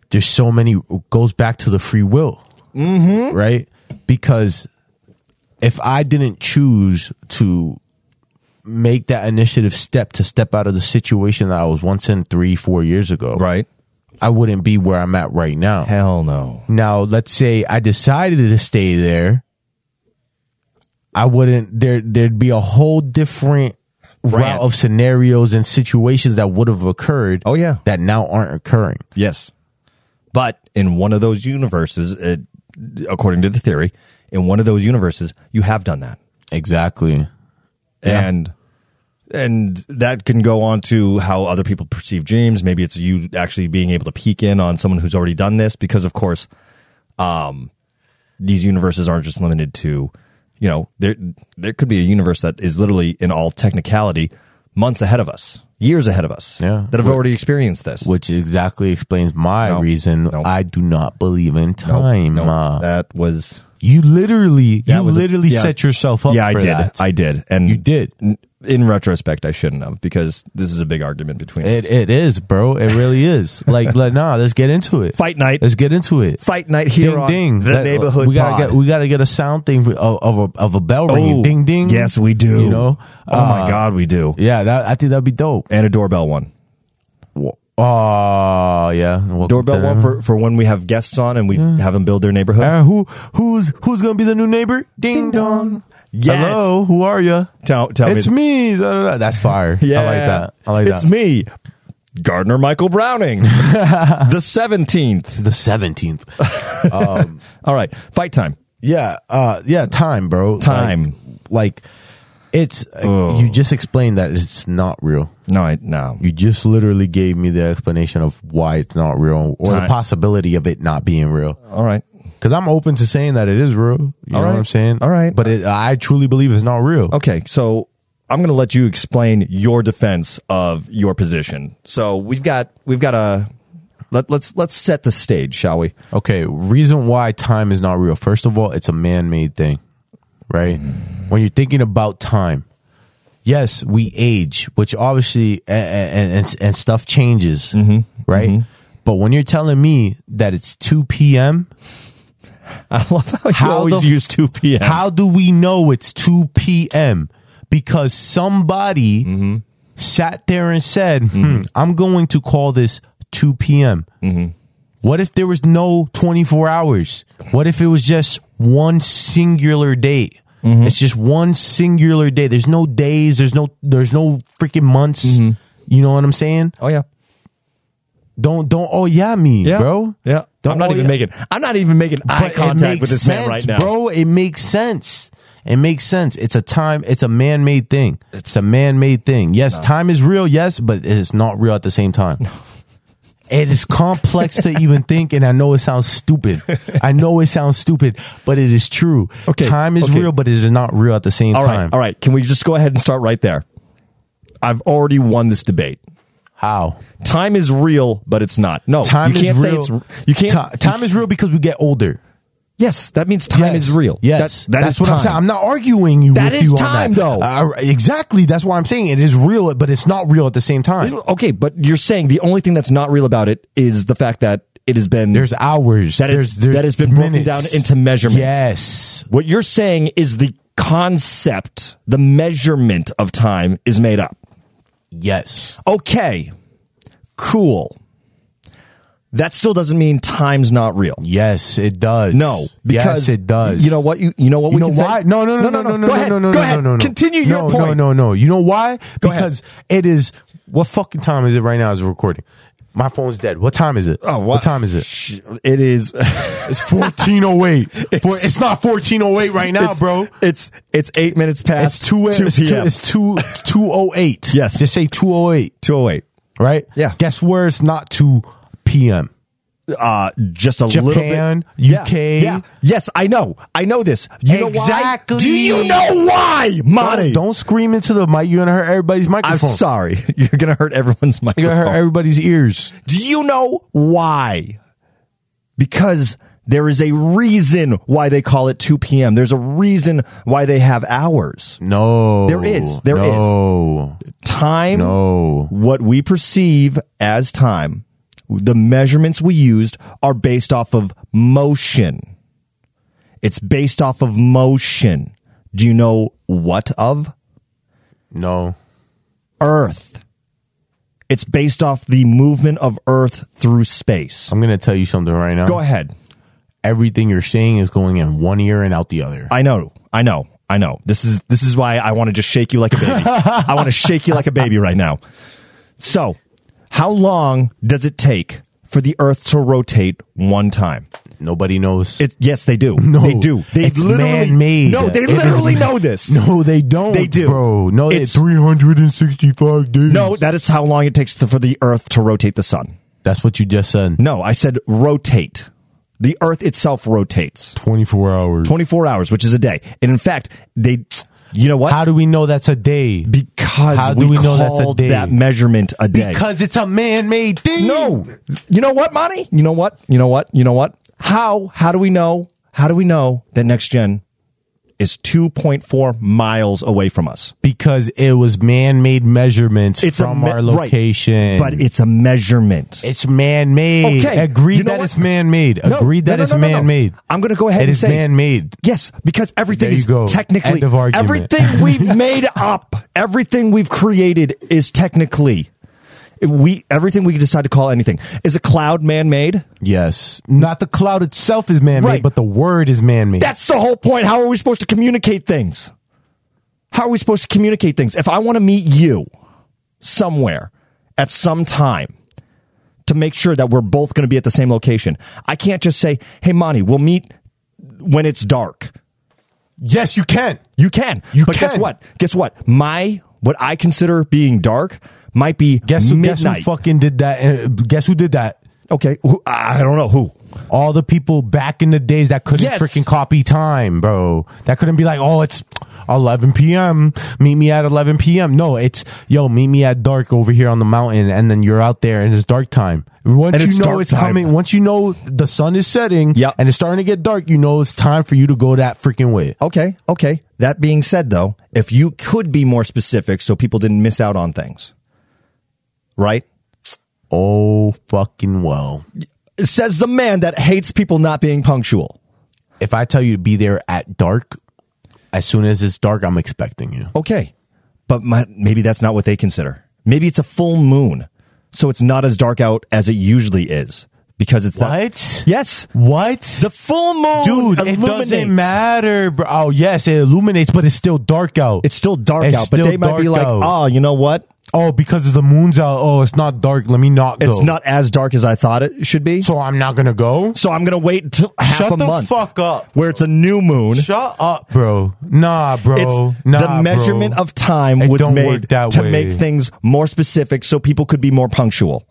S4: There's so many goes back to the free will, mm-hmm. right? Because if I didn't choose to make that initiative step to step out of the situation that I was once in three, four years ago,
S3: Right.
S4: I wouldn't be where I'm at right now.
S3: Hell no.
S4: Now, let's say I decided to stay there. I wouldn't there there'd be a whole different
S3: Rant.
S4: route of scenarios and situations that would have occurred
S3: Oh, yeah.
S4: that now aren't occurring.
S3: Yes. But in one of those universes, it, according to the theory, in one of those universes, you have done that.
S4: Exactly. Yeah.
S3: and and that can go on to how other people perceive dreams. Maybe it's you actually being able to peek in on someone who's already done this, because of course, um, these universes aren't just limited to, you know, there there could be a universe that is literally in all technicality months ahead of us, years ahead of us,
S4: Yeah.
S3: that have already experienced this.
S4: Which exactly explains my
S3: No.
S4: reason
S3: No.
S4: I do not believe in
S3: Nope,
S4: time.
S3: nope,
S4: uh,
S3: that was
S4: you literally you
S3: That was a-
S4: literally
S3: yeah.
S4: set yourself up
S3: yeah, I
S4: for
S3: did,
S4: that.
S3: I did, and
S4: you did.
S3: In retrospect, I shouldn't have because this is a big argument between
S4: It
S3: us.
S4: it is, bro. It really is. Like, let nah, let's get into it.
S3: Fight night.
S4: Let's get into it.
S3: Fight night here
S4: ding
S3: on
S4: ding.
S3: the
S4: That- uh,
S3: neighborhood.
S4: We gotta
S3: pod.
S4: get we gotta get a sound thing of, of a of a bell ringing.
S3: Oh,
S4: ding ding.
S3: Yes, we do.
S4: You know. Uh,
S3: Oh my god, we do.
S4: Yeah, that, I think that'd be dope.
S3: And a doorbell one.
S4: Oh yeah, Welcome
S3: Doorbell
S4: to
S3: one
S4: them.
S3: for, for when we have guests on and we have them build their neighborhood.
S4: Uh, who who's who's gonna be the new neighbor? Ding, dong.
S3: Yes.
S4: Hello, who are you?
S3: Tell tell
S4: It's
S3: me.
S4: me. Da, da, da. That's fire. I like that. I like
S3: it's
S4: that.
S3: me. Gardner Michael Browning. the 17th.
S4: The seventeenth.
S3: All right. Fight time.
S4: Yeah, uh, yeah, time, bro.
S3: Time.
S4: Like, like, It's you just explained that it's not real.
S3: No, I, no.
S4: You just literally gave me the explanation of why it's not real or
S3: Alright.
S4: the possibility of it not being real.
S3: All right.
S4: Because I'm open to saying that it is real. You know
S3: Alright.
S4: what I'm saying?
S3: Alright.
S4: But it, I truly believe it's not real.
S3: Okay, so I'm going to let you explain your defense of your position. So we've got we've got a let, let's let's set the stage, shall we?
S4: Okay, reason why time is not real. First of all, it's a man made thing, right? When you're thinking about time, yes, we age, which obviously, and, and, and stuff changes, right? But when you're telling me that it's 2 p.m.,
S3: I love how you
S4: How
S3: always
S4: the-
S3: use 2 p.m.
S4: How do we know it's 2 p.m.? Because somebody sat there and said, hmm, I'm going to call this 2 p.m. What if there was no 24 hours? What if it was just one singular date? It's just one singular day. There's no days. There's no. There's no freaking months. You know what I'm saying?
S3: oh yeah.
S4: Don't don't. Oh yeah, me,
S3: Yeah.
S4: bro.
S3: Yeah.
S4: Don't-
S3: I'm not
S4: oh,
S3: even
S4: yeah.
S3: making I'm not even making eye
S4: But it
S3: contact
S4: makes
S3: with this man
S4: sense,
S3: right now.
S4: Bro, it makes sense. It makes sense. It's a time, it's a man made thing. It's, a man made thing. Yes, time is real, yes, but it's not real at the same time. It is complex to even think, and I know it sounds stupid. I know it sounds stupid, but it is true.
S3: Okay,
S4: Time is
S3: okay.
S4: real, but it is not real at the same
S3: All right.
S4: time.
S3: All right. Can we just go ahead and start right there? I've already won this debate.
S4: How?
S3: Time is real, but it's not. No,
S4: Time
S3: you can't
S4: is
S3: say
S4: real.
S3: it's you can't.
S4: Ti- time is real because we get older.
S3: yes, that means time
S4: Yes.
S3: is real.
S4: Yes,
S3: That- that
S4: that's
S3: is
S4: what I'm
S3: time.
S4: saying. I'm not arguing you.
S3: That
S4: with
S3: is
S4: you on
S3: time,
S4: that.
S3: though.
S4: Uh, exactly. That's why I'm saying it is real, but it's not real at the same time.
S3: Okay, but you're saying the only thing that's not real about it is the fact that it has been
S4: There's hours.
S3: That it's-
S4: there's, there's
S3: that it's been broken
S4: minutes.
S3: down into measurements.
S4: Yes.
S3: what you're saying is the concept, the measurement of time is made up.
S4: Yes.
S3: Okay. Cool. That still doesn't mean time's not real.
S4: Yes. It does.
S3: No, because
S4: yes, it does.
S3: You know what? You, you know what?
S4: You
S3: we
S4: know
S3: can say?
S4: why? No, no, no, no, no, no,
S3: Go
S4: no,
S3: ahead.
S4: no, no,
S3: Go
S4: no,
S3: ahead.
S4: no, no.
S3: Continue your
S4: no,
S3: point.
S4: No, no, no. You know why?
S3: Go ahead.
S4: because it is. What fucking time is it right now? As we're recording, my phone's dead. What time is it?
S3: Oh,
S4: what time is it?
S3: It is.
S4: It's fourteen oh eight. It's not fourteen oh eight right now,
S3: it's,
S4: bro.
S3: It's it's eight minutes past
S4: It's two.
S3: two
S4: it's
S3: p.m.
S4: Two, it's two. It's two oh eight.
S3: Yes.
S4: Just say two oh eight.
S3: two oh eight.
S4: Right.
S3: Yeah.
S4: Guess where it's not two p.m.
S3: Uh, just a little bit.
S4: Japan, UK.
S3: Yeah. Yes, I know. I know this. You know why?
S4: Exactly.
S3: Do you know why, Monty?
S4: Don't, don't scream into the mic. You're gonna hurt everybody's
S3: I'm
S4: microphone.
S3: sorry. You're gonna hurt everyone's
S4: You're
S3: microphone.
S4: gonna hurt everybody's ears.
S3: Do you know why? Because there is a reason why they call it 2 p.m. There's a reason why they have hours.
S4: No.
S3: There is. There is.
S4: no.
S3: Time,
S4: No.
S3: what we perceive as time, the measurements we used are based off of motion. It's based off of motion. Do you know what of?
S4: No.
S3: Earth. It's based off the movement of Earth through space.
S4: I'm gonna tell you something right now.
S3: Go ahead.
S4: Everything you're saying is going in one ear and out the other.
S3: I know. I know. I know. This is this is why I want to just shake you like a baby. I want to shake you like a baby right now. So, how long does it take for the Earth to rotate one time?
S4: Nobody knows.
S3: It, yes, they do.
S4: No,
S3: they do. They
S4: it's
S3: literally
S4: man-made.
S3: No, they
S4: It is
S3: literally
S4: man-
S3: know this.
S4: no, they don't.
S3: They do.
S4: bro. No,
S3: It's-
S4: it's 365 days.
S3: No, that is how long it takes to, for the Earth to rotate the sun.
S4: that's what you just said.
S3: No, I said rotate. The Earth itself rotates
S4: 24 hours.
S3: 24 hours, which is a day. And in fact, they, you know what?
S4: How do we know that's a day?
S3: because
S4: How
S3: we
S4: do we know that's a
S3: called
S4: day?
S3: that measurement a day.
S4: Because it's a man-made thing.
S3: No. You know what, Monty? You know what? You know what? You know what? How? How do we know? How do we know that next gen is 2.4 miles away from us?
S4: because it was man-made measurements from
S3: me-
S4: our
S3: right.
S4: location.
S3: but it's a measurement.
S4: it's man-made.
S3: Okay,
S4: Agreed
S3: you know
S4: that
S3: what?
S4: it's man-made.
S3: No,
S4: Agreed
S3: no,
S4: that
S3: no,
S4: it's
S3: no, no, no.
S4: man-made.
S3: I'm going to go ahead
S4: It
S3: and
S4: is
S3: say
S4: man-made.
S3: Yes, because everything
S4: There you
S3: is
S4: go.
S3: technically
S4: End of argument.
S3: everything we've made up, everything we've created is technically we everything we decide to call anything is a cloud man-made.
S4: Yes. Not the cloud itself is man-made,
S3: Right.
S4: but the word is man-made.
S3: That's the whole point. How are we supposed to communicate things? How are we supposed to communicate things? If I want to meet you somewhere at some time to make sure that we're both going to be at the same location, I can't just say, hey, Monty, we'll meet when it's dark.
S4: Yes, you can.
S3: You can.
S4: You
S3: but guess
S4: can.
S3: what? Guess what? My what I consider being dark might be
S4: Guess who, guess
S3: midnight.
S4: who fucking did that? uh, Guess who did that?
S3: okay, who, I don't know who.
S4: All the people back in the days that couldn't
S3: Yes.
S4: freaking copy time, bro. That couldn't be like, oh, it's 11 p.m. Meet me at 11 p.m. No, it's yo, meet me at dark over here on the mountain, and then you're out there and it's dark time. Once
S3: And
S4: you
S3: it's
S4: know
S3: dark
S4: it's
S3: time.
S4: coming, once you know the sun is setting,
S3: Yep.
S4: and it's starting to get dark, you know it's time for you to go that freaking way.
S3: Okay, okay. That being said, though, if you could be more specific so people didn't miss out on things, right?
S4: Oh fucking well.
S3: Says the man that hates people not being punctual.
S4: If I tell you to be there at dark, as soon as it's dark, I'm expecting you.
S3: Okay, but my, maybe that's not what they consider. Maybe it's a full moon, so it's not as dark out as it usually is because it's that-
S4: What?
S3: Yes,
S4: What?
S3: the full moon,
S4: Dude, it
S3: illuminates.
S4: doesn't matter, bro. Oh, yes, it illuminates, but it's still dark out.
S3: It's still dark
S4: It's
S3: out, but
S4: still
S3: they might be
S4: dark
S3: like,
S4: out.
S3: "Oh, you know what?
S4: oh, because the moon's out. Oh, it's not dark. Let me not go.
S3: It's not as dark as I thought it should be." So,
S4: So I'm not gonna go.
S3: I'm gonna wait until half
S4: Shut
S3: a
S4: the
S3: month
S4: fuck up.
S3: where it's a new moon.
S4: Shut up, bro. Nah, bro.
S3: It's
S4: nah,
S3: the measurement
S4: bro.
S3: of time
S4: It
S3: was
S4: don't
S3: made
S4: work that
S3: to
S4: way.
S3: make things more specific so people could be more punctual.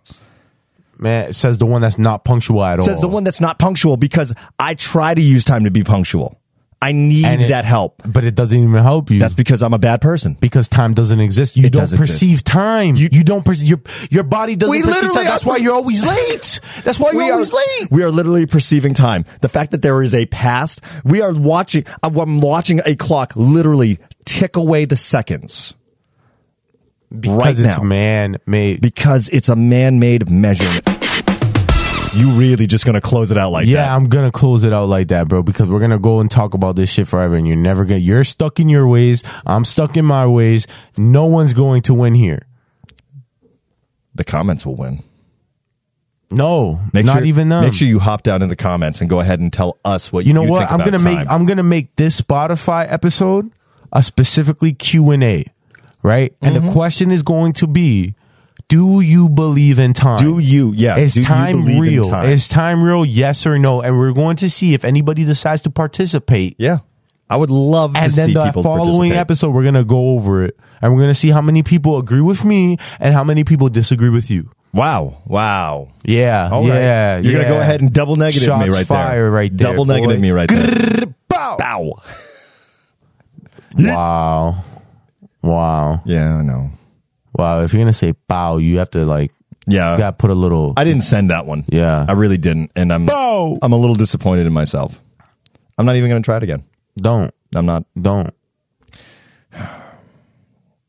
S4: man it says the one that's not punctual at all.
S3: Says the one that's not punctual because I try to use time to be punctual. I need
S4: And it-
S3: that help.
S4: but it doesn't even help you.
S3: That's because I'm a bad person.
S4: because time doesn't exist. You
S3: It
S4: don't
S3: doesn't exist.
S4: perceive time. You, you don't perceive your your body doesn't
S3: We
S4: perceive
S3: literally
S4: time. That's
S3: are-
S4: why you're always late. That's why you're always late.
S3: we are literally perceiving time. The fact that there is a past, we are watching, uh, I'm watching a clock literally tick away the seconds right
S4: Because it's
S3: now.
S4: man made.
S3: because it's a man-made measurement. You really just gonna close it out like
S4: Yeah,
S3: that?
S4: I'm gonna close it out like that, bro, because we're gonna go and talk about this shit forever, and you're never gonna. You're stuck in your ways. I'm stuck in my ways. No one's going to win here.
S3: The comments will win.
S4: No, not
S3: sure,
S4: even them.
S3: Make sure you hop down in the comments and go ahead and tell us what you,
S4: you know what?
S3: Think
S4: I'm
S3: about
S4: gonna
S3: time.
S4: make. I'm gonna make this Spotify episode a specifically Q and A, right? And
S3: Mm-hmm.
S4: the question is going to be, do you believe in time?
S3: do you? Yeah,
S4: Is
S3: do you
S4: time
S3: believe in
S4: real?
S3: time?
S4: Is time real? Yes or no? And we're going to see if anybody decides to participate.
S3: yeah, I would love
S4: and
S3: to
S4: then
S3: see
S4: the
S3: people
S4: following
S3: participate.
S4: episode we're gonna go over it and we're gonna see how many people agree with me and how many people disagree with you
S3: Wow, wow.
S4: yeah
S3: All right.
S4: yeah
S3: you're gonna go ahead and double negative
S4: Shots
S3: me right
S4: fire
S3: there.
S4: right there
S3: Double
S4: boy.
S3: negative me right there. Bow.
S4: wow wow
S3: Yeah, I know.
S4: wow if you're gonna say bow you have to like
S3: Yeah,
S4: you gotta put a little
S3: I didn't send that one.
S4: Yeah.
S3: I really didn't, and I'm
S4: Bow.
S3: I'm a little disappointed in myself. I'm not even gonna try it again.
S4: don't
S3: I'm not.
S4: don't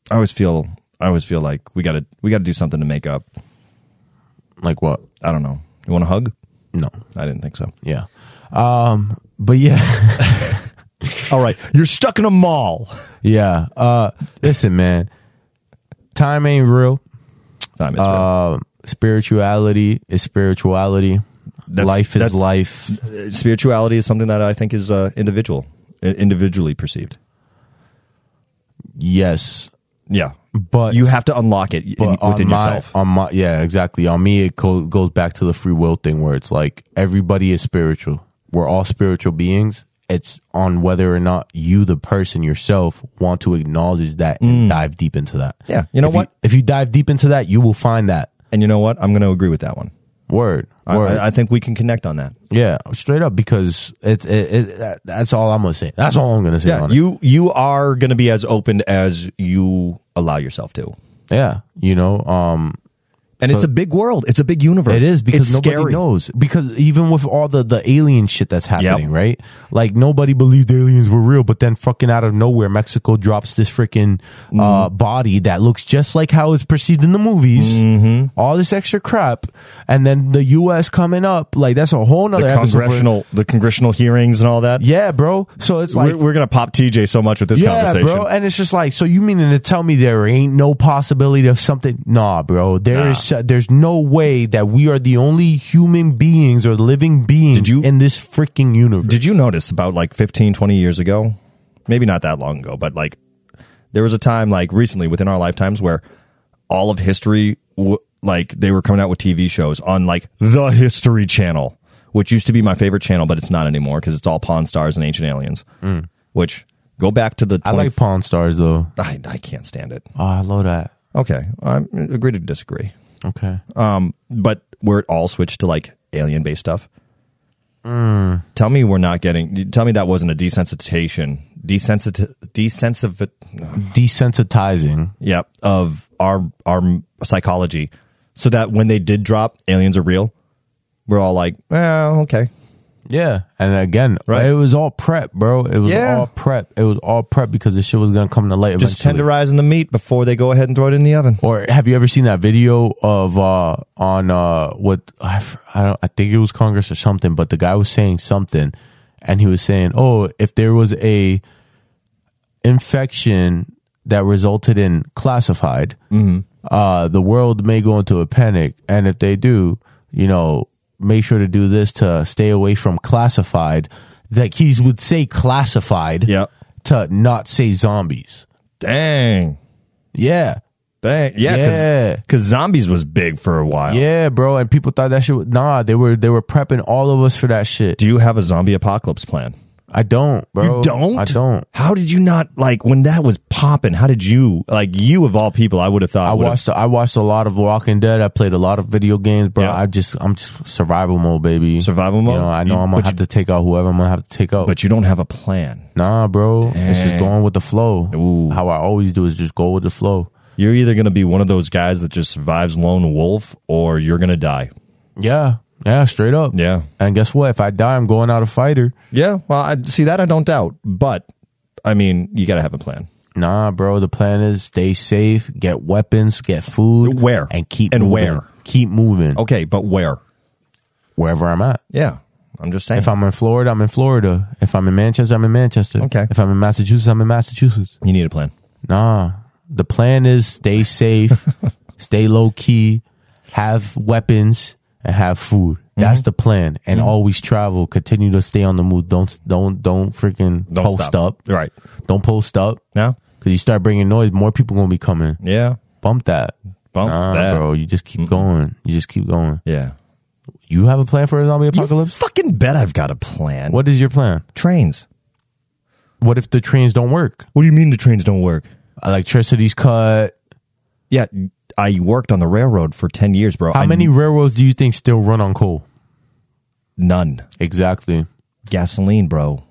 S3: I always feel. I always feel like we gotta we gotta do something to make up.
S4: like what
S3: I don't know. You want a hug?
S4: no
S3: I didn't think so.
S4: yeah um but yeah
S3: All right, you're stuck in a mall.
S4: yeah uh listen man time ain't real
S3: Time is real.
S4: uh, spirituality is spirituality.
S3: That's-
S4: life is
S3: that's-
S4: life.
S3: Uh, Spirituality is something that I think is uh, individual, i- individually perceived.
S4: Yes,
S3: Yeah,
S4: but
S3: you have to unlock it in,
S4: but
S3: within
S4: on my,
S3: yourself.
S4: On my yeah, exactly. On me, it go, goes back to the free will thing where it's like everybody is spiritual. We're all spiritual beings. It's on whether or not you, the person yourself, want to acknowledge that and dive deep into that.
S3: Mm. Yeah, you know
S4: If
S3: what?
S4: if you dive deep into that, you will find that
S3: and you know what? I'm going to agree with that one.
S4: word.
S3: I,
S4: Word.
S3: I, I think we can connect on that.
S4: yeah, straight up because it's it, it, that, that's all I'm gonna say. That's all I'm gonna say.
S3: Yeah,
S4: on it.
S3: you you are going to be as open as you allow yourself to.
S4: Yeah, you know, um,
S3: And it's a big world. It's a big universe.
S4: it is because
S3: It's
S4: nobody
S3: scary.
S4: knows. Because even with all the the alien shit that's happening,
S3: Yep.
S4: right? Like nobody believed aliens were real, but then fucking out of nowhere, Mexico drops this freaking uh, body that looks just like how it's perceived in the movies. Mm-hmm. All this extra crap, and then the U.S. coming up, like that's a whole
S3: The
S4: nother episode for-
S3: congressional the congressional hearings and all that.
S4: Yeah, bro. So it's like
S3: we're, we're going to pop TJ so much with this
S4: yeah,
S3: conversation.
S4: bro. And it's just like, so you meaning to tell me there ain't no possibility of something? Nah, bro. There is, uh, there's no way that we are the only human beings or living beings
S3: Did you-
S4: in this freaking universe.
S3: Did you notice about like 15, 20 years ago? Maybe not that long ago, but like there was a time like recently within our lifetimes where all of history, w- like they were coming out with TV shows on like the History Channel, which used to be my favorite channel, but it's not anymore because it's all Pawn Stars and Ancient Aliens. which go back to the.
S4: Mm. I like Pawn Stars though.
S3: I, I can't stand it.
S4: Oh, I love that.
S3: Okay, I agree to disagree.
S4: Okay.
S3: Um, but we're all switched to like alien based stuff. Tell me we're not getting. Tell me that wasn't a desensitization, desensit, desensitive,
S4: Desensitizing.
S3: yeah, of our our psychology, so that when they did drop aliens are real, we're all like, well, okay,
S4: Yeah. And again,
S3: Right.
S4: it was all prep, bro. It was
S3: Yeah.
S4: all prep. It was all prep because this shit was gonna come to light
S3: just
S4: eventually.
S3: tenderizing the meat before they go ahead and throw it in the oven.
S4: Or have you ever seen that video of uh on uh what I, f- I don't I think it was Congress or something, but the guy was saying something, and he was saying, oh, if there was a infection that resulted in classified, uh, the world may go into a panic, and if they do, you know, make sure to do this to stay away from classified. That he would say classified,
S3: Yep.
S4: to not say zombies.
S3: Dang,
S4: Yeah.
S3: dang, yeah,
S4: Yeah.
S3: because zombies was big for a while.
S4: Yeah, bro, and people thought that shit. Was, nah, they were they were prepping all of us for that shit.
S3: Do you have a zombie apocalypse plan?
S4: I don't, bro.
S3: You don't?
S4: I don't.
S3: How did you not like when that was popping? How did you like you of all people? I would have thought
S4: I
S3: would've-
S4: watched I watched a lot of Walking Dead. I played a lot of video games, bro.
S3: Yeah.
S4: I just I'm just survival mode, baby.
S3: Survival mode?
S4: You know, I know
S3: You-
S4: I'm
S3: but
S4: gonna have to take out whoever I'm gonna have to take out.
S3: but you don't have a plan.
S4: nah, bro, it's just
S3: Dang.
S4: going with the flow.
S3: Ooh.
S4: How I always do is just go with the flow.
S3: You're either going to be one of those guys that just survives lone wolf, or you're going to die.
S4: Yeah, yeah, straight up.
S3: Yeah.
S4: And guess what? If I die, I'm going out a fighter.
S3: Yeah. Well, I see that. I don't doubt, but I mean, you got to have a plan.
S4: Nah, bro. The plan is stay safe, get weapons, get food,
S3: Where?
S4: and keep
S3: And
S4: moving.
S3: where?
S4: keep moving.
S3: Okay, but where?
S4: wherever I'm at.
S3: Yeah, I'm just saying.
S4: If I'm in Florida, I'm in Florida. If I'm in Manchester, I'm in Manchester.
S3: Okay.
S4: If I'm in Massachusetts, I'm in Massachusetts.
S3: you need a plan.
S4: Nah. The plan is stay safe, stay low key, have weapons, and have food.
S3: Mm-hmm.
S4: That's the plan. And always travel. Continue to stay on the move. Don't don't don't freaking
S3: Don't
S4: post
S3: stop.
S4: up.
S3: Right
S4: Don't post up.
S3: now.
S4: Cause you start bringing noise, more people gonna be coming.
S3: Yeah.
S4: Bump that.
S3: Bump
S4: nah,
S3: that.
S4: bro. You just keep going. You just keep going.
S3: Yeah.
S4: You have a plan for a zombie
S3: You
S4: apocalypse?
S3: fucking bet I've got a plan.
S4: What is your plan?
S3: trains?
S4: What if the trains don't work?
S3: What do you mean the trains don't work?
S4: electricity's cut.
S3: Yeah, I worked on the railroad for 10 years, bro.
S4: How
S3: I-
S4: many railroads do you think still run on coal?
S3: None.
S4: Exactly.
S3: Gasoline, bro.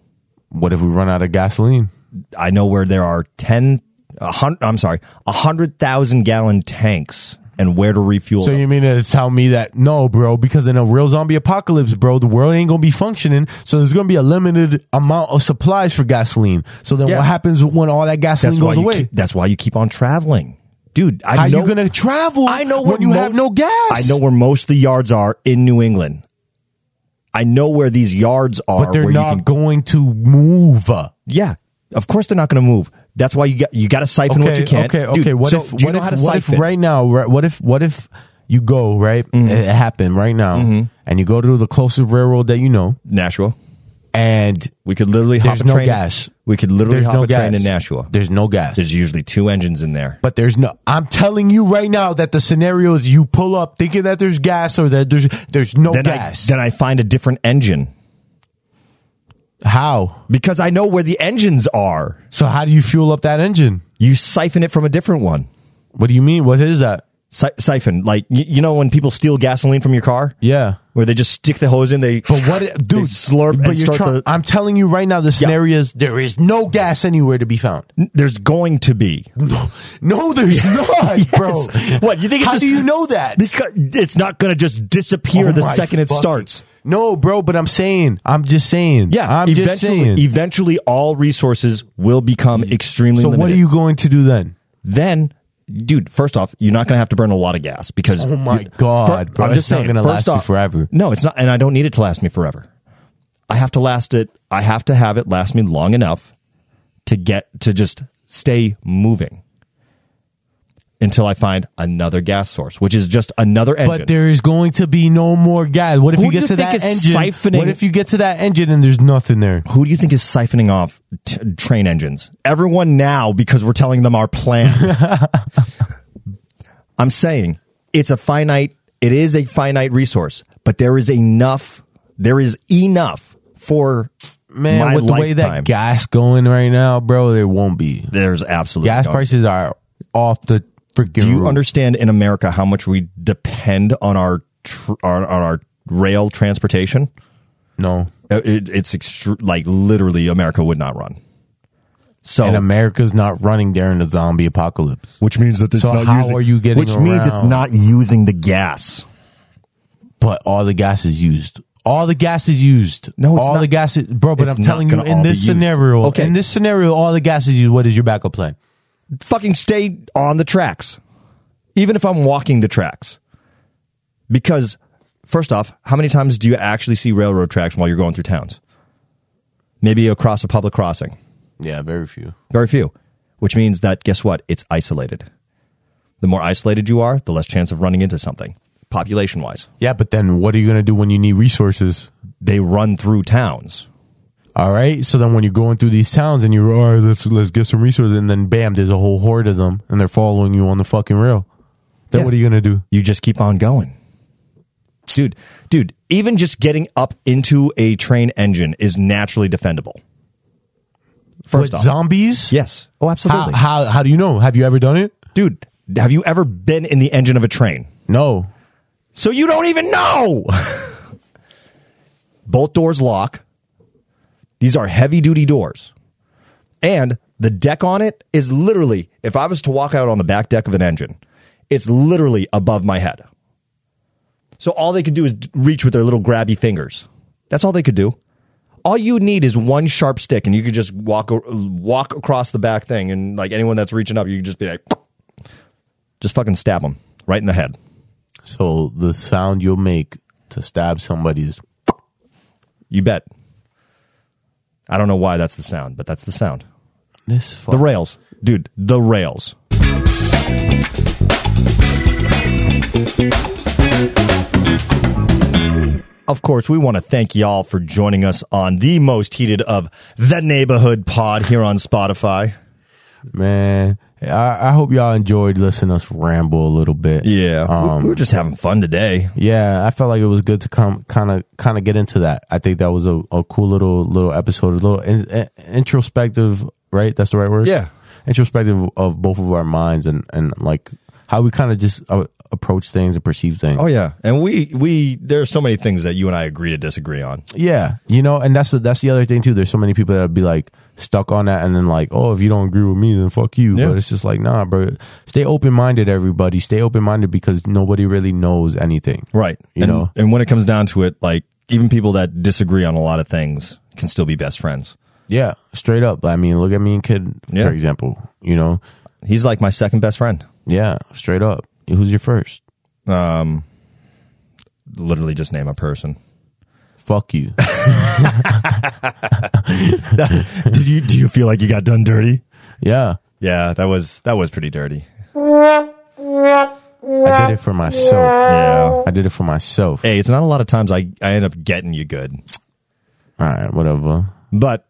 S4: What if we run out of gasoline?
S3: I know where there are 10, a hun- I'm sorry, 100,000 gallon tanks and where to refuel
S4: So
S3: them.
S4: you mean to tell me that no, bro? Because in a real zombie apocalypse, bro, the world ain't gonna be functioning. So there's gonna be a limited amount of supplies for gasoline. So then
S3: Yeah.
S4: what happens when all that
S3: that's,
S4: gasoline
S3: why
S4: goes
S3: you
S4: away?
S3: keep, that's why you keep on traveling. Dude, I
S4: How
S3: know.
S4: you gonna travel?
S3: I know where
S4: when you
S3: mo-
S4: have no gas.
S3: I know where most of the yards are in New England. I know where these yards are.
S4: but they're
S3: where
S4: not
S3: You can,
S4: going to move.
S3: yeah, of course they're not going to move. That's why you got you got to siphon what you can.
S4: Okay,
S3: Dude,
S4: okay. what
S3: so
S4: if?
S3: do you
S4: What
S3: know
S4: if?
S3: how to
S4: what if
S3: siphon? Mm-hmm.
S4: right now? Right, what if? What if you go right? It happened right now, and you go to the closest railroad that you know,
S3: Nashua.
S4: and
S3: We could literally hop
S4: There's
S3: a
S4: no
S3: train.
S4: gas.
S3: We could literally
S4: there's
S3: hop
S4: no
S3: a
S4: gas
S3: train in Nashua.
S4: There's no gas.
S3: There's usually two engines in there.
S4: but there's no. I'm telling you right now that the scenario is you pull up thinking that there's gas or that there's there's no
S3: Then
S4: gas.
S3: I then I find a different engine
S4: how?
S3: because I know where the engines are.
S4: So how do you fuel up that engine?
S3: You siphon it from a different one.
S4: What do you mean? What is that?
S3: Si- siphon like y- you know when people steal gasoline from your car.
S4: Yeah.
S3: Where they just stick the hose in, they
S4: But what, dude?
S3: they slurp
S4: but
S3: and
S4: you're
S3: start
S4: trying.
S3: the-
S4: I'm telling you right now, the scenario is there is no gas anywhere to be found.
S3: there's going to be
S4: No, there's not, bro.
S3: What, you think it's
S4: How
S3: just-
S4: do you know that?
S3: because it's not going to just disappear
S4: Oh
S3: the
S4: my
S3: second it
S4: fucking-
S3: starts.
S4: No, bro. But I'm saying, I'm just saying.
S3: Yeah,
S4: I'm
S3: eventually,
S4: just saying.
S3: eventually all resources will become extremely
S4: so
S3: limited.
S4: what are you going to do then?
S3: then dude first off you're not going to have to burn a lot of gas because
S4: Oh my God, bro.
S3: i'm
S4: It's
S3: just
S4: not
S3: saying
S4: gonna
S3: first
S4: last you
S3: off-
S4: forever.
S3: no it's not and i don't need it to last me forever i have to last it i have to have it last me long enough to get to just stay moving until i find another gas source which is just another engine
S4: But there is going to be no more gas. What if
S3: Who
S4: you
S3: do
S4: get
S3: you
S4: to
S3: think
S4: that
S3: is
S4: engine?
S3: siphoning-
S4: What if you get to that engine and there's nothing there?
S3: who do you think is siphoning off t- train engines? Everyone now because we're telling them our plan. I'm saying it's a finite it is a finite resource, but there is enough there is enough for
S4: man,
S3: my
S4: with the way
S3: lifetime.
S4: that gas going right now, bro, there won't be.
S3: There's absolutely
S4: Gas
S3: no-
S4: prices are off the freaking
S3: Do you
S4: roof.
S3: understand in America how much we depend on our tr- on, on our rail transportation?
S4: no.
S3: Uh, It, it's extru- like literally America would not run. So
S4: And America's not running during the zombie apocalypse.
S3: which means that it's
S4: So
S3: not
S4: how
S3: using,
S4: are you getting
S3: which means it's
S4: around?
S3: not using the gas.
S4: But all the gas is used. All the gas is used.
S3: No, it's
S4: all
S3: not.
S4: the gas is bro, but
S3: It's
S4: I'm
S3: not
S4: telling you
S3: gonna
S4: in
S3: all be
S4: this
S3: used.
S4: scenario.
S3: Okay.
S4: In this scenario, all the gas is used. What is your backup plan?
S3: Fucking stay on the tracks, even if I'm walking the tracks, because first off, how many times do you actually see railroad tracks while you're going through towns? Maybe across a public crossing.
S4: Yeah, very few.
S3: Very few. Which means that guess what? It's isolated. The more isolated you are, the less chance of running into something. Population wise,
S4: Yeah, but then what are you gonna do when you need resources?
S3: they run through towns.
S4: All right. So then when you're going through these towns and you're, all right, let's, let's get some resources. And then bam, there's a whole horde of them and they're following you on the fucking rail. Then
S3: Yeah.
S4: what are you going to do?
S3: You just keep on going. Dude, dude, even just getting up into a train engine is naturally defendable. First
S4: With
S3: off,
S4: zombies?
S3: yes. Oh,
S4: How,
S3: absolutely.
S4: how, how do you know? Have you ever done it?
S3: dude, have you ever been in the engine of a train?
S4: No.
S3: So you don't even know. Both doors lock. These are heavy duty doors. And the deck on it is literally, if I was to walk out on the back deck of an engine, it's literally above my head. So all they could do is d- reach with their little grabby fingers. That's all they could do. All you need is one sharp stick, and you could just walk o- walk across the back thing, and like anyone that's reaching up, you could just be like, just fucking stab them right in the head.
S4: So the sound you'll make to stab somebody is
S3: You bet. I don't know why that's the sound, but that's the sound.
S4: this fuck.
S3: The rails. Dude, the rails. Of course, we want to thank y'all for joining us on the most heated of the neighborhood pod here on Spotify.
S4: Man, I, I hope y'all enjoyed listening to us ramble a little bit.
S3: Yeah. we,
S4: Um,
S3: we were just having fun today.
S4: Yeah, I felt like it was good to come kind of kind of get into that. I think that was a, a cool little little episode, a little in, in- introspective, right? That's the right word.
S3: Yeah.
S4: introspective of both of our minds and and like how we kind of just uh, approach things and perceive things.
S3: Oh yeah. And we we there's so many things that you and I agree to disagree on.
S4: yeah, you know, and that's the, that's the other thing too. There's so many people that be like stuck on that, and then like, oh, if you don't agree with me, then fuck you.
S3: Yeah.
S4: But it's just like, nah, bro. Stay open minded, everybody. Stay open minded because nobody really knows anything.
S3: Right.
S4: You
S3: and,
S4: know?
S3: and when it comes down to it, like even people that disagree on a lot of things can still be best friends.
S4: Yeah, straight up. I mean, look at me and kid,
S3: Yeah.
S4: for example. You know,
S3: He's like my second best friend.
S4: yeah, straight up. Who's your first?
S3: Literally just name a person.
S4: Fuck you.
S3: Did you do you feel like you got done dirty?
S4: yeah,
S3: Yeah, that was that was pretty dirty.
S4: I did it for myself.
S3: Yeah.
S4: I did it for myself.
S3: Hey, it's not a lot of times I, I end up getting you good.
S4: All right, whatever.
S3: But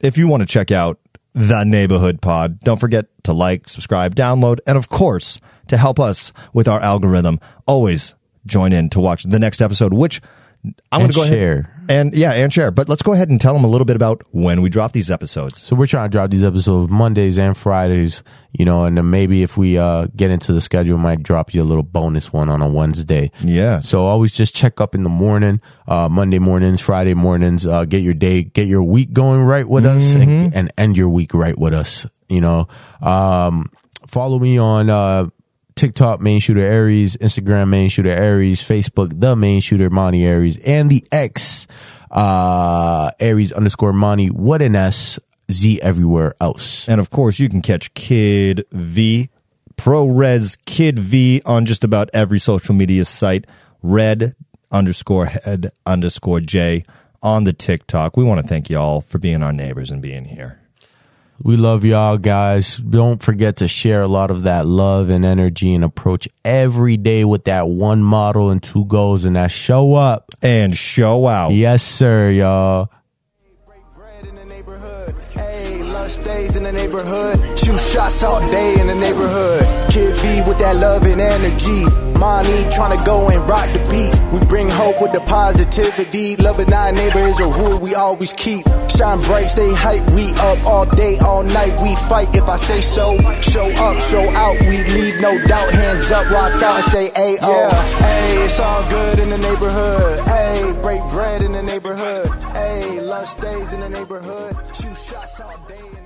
S3: if you want to check out the neighborhood pod, don't forget to like, subscribe, download, and of course, to help us with our algorithm, always join in to watch the next episode, which I'm going
S4: And
S3: to go ahead
S4: share.
S3: and yeah, and share. But let's go ahead and tell them a little bit about when we drop these episodes.
S4: So we're trying to drop these episodes Mondays and Fridays, you know, and then maybe if we uh, get into the schedule, we might drop you a little bonus one on a Wednesday.
S3: Yeah.
S4: So always just check up in the morning, uh, Monday mornings, Friday mornings. Uh, get your day, get your week going right with us, and, and end your week right with us. You know, um, follow me on uh, TikTok, Main Shooter Aries, Instagram, Main Shooter Aries, Facebook, The Main Shooter Monty Aries, and the X uh, Aries underscore Monty. What an S Z everywhere else.
S3: And of course, you can catch Kid V, ProRes Kid V on just about every social media site. Red underscore head underscore J on the TikTok. We want to thank y'all for being our neighbors and being here.
S4: We love y'all guys. Don't forget to share a lot of that love and energy and approach every day with that one model and two goals and that show up.
S3: And show out.
S4: Yes, sir, y'all.
S2: Break bread in the neighborhood. Ayy, lunch stays in the neighborhood. Shoot shots all day in the neighborhood. Kid V with that that love and energy. Money tryna go and rock the beat. We bring hope with the positivity. Loving our neighbor is a rule we always keep. Shine bright, stay hype. We up all day, all night. We fight if I say so. Show up, show out. We leave no doubt. Hands up, rock out, and say ayo. Yeah, hey, it's all good in the neighborhood. Hey, break bread in the neighborhood. Hey, love stays in the neighborhood. Shoot shots all day.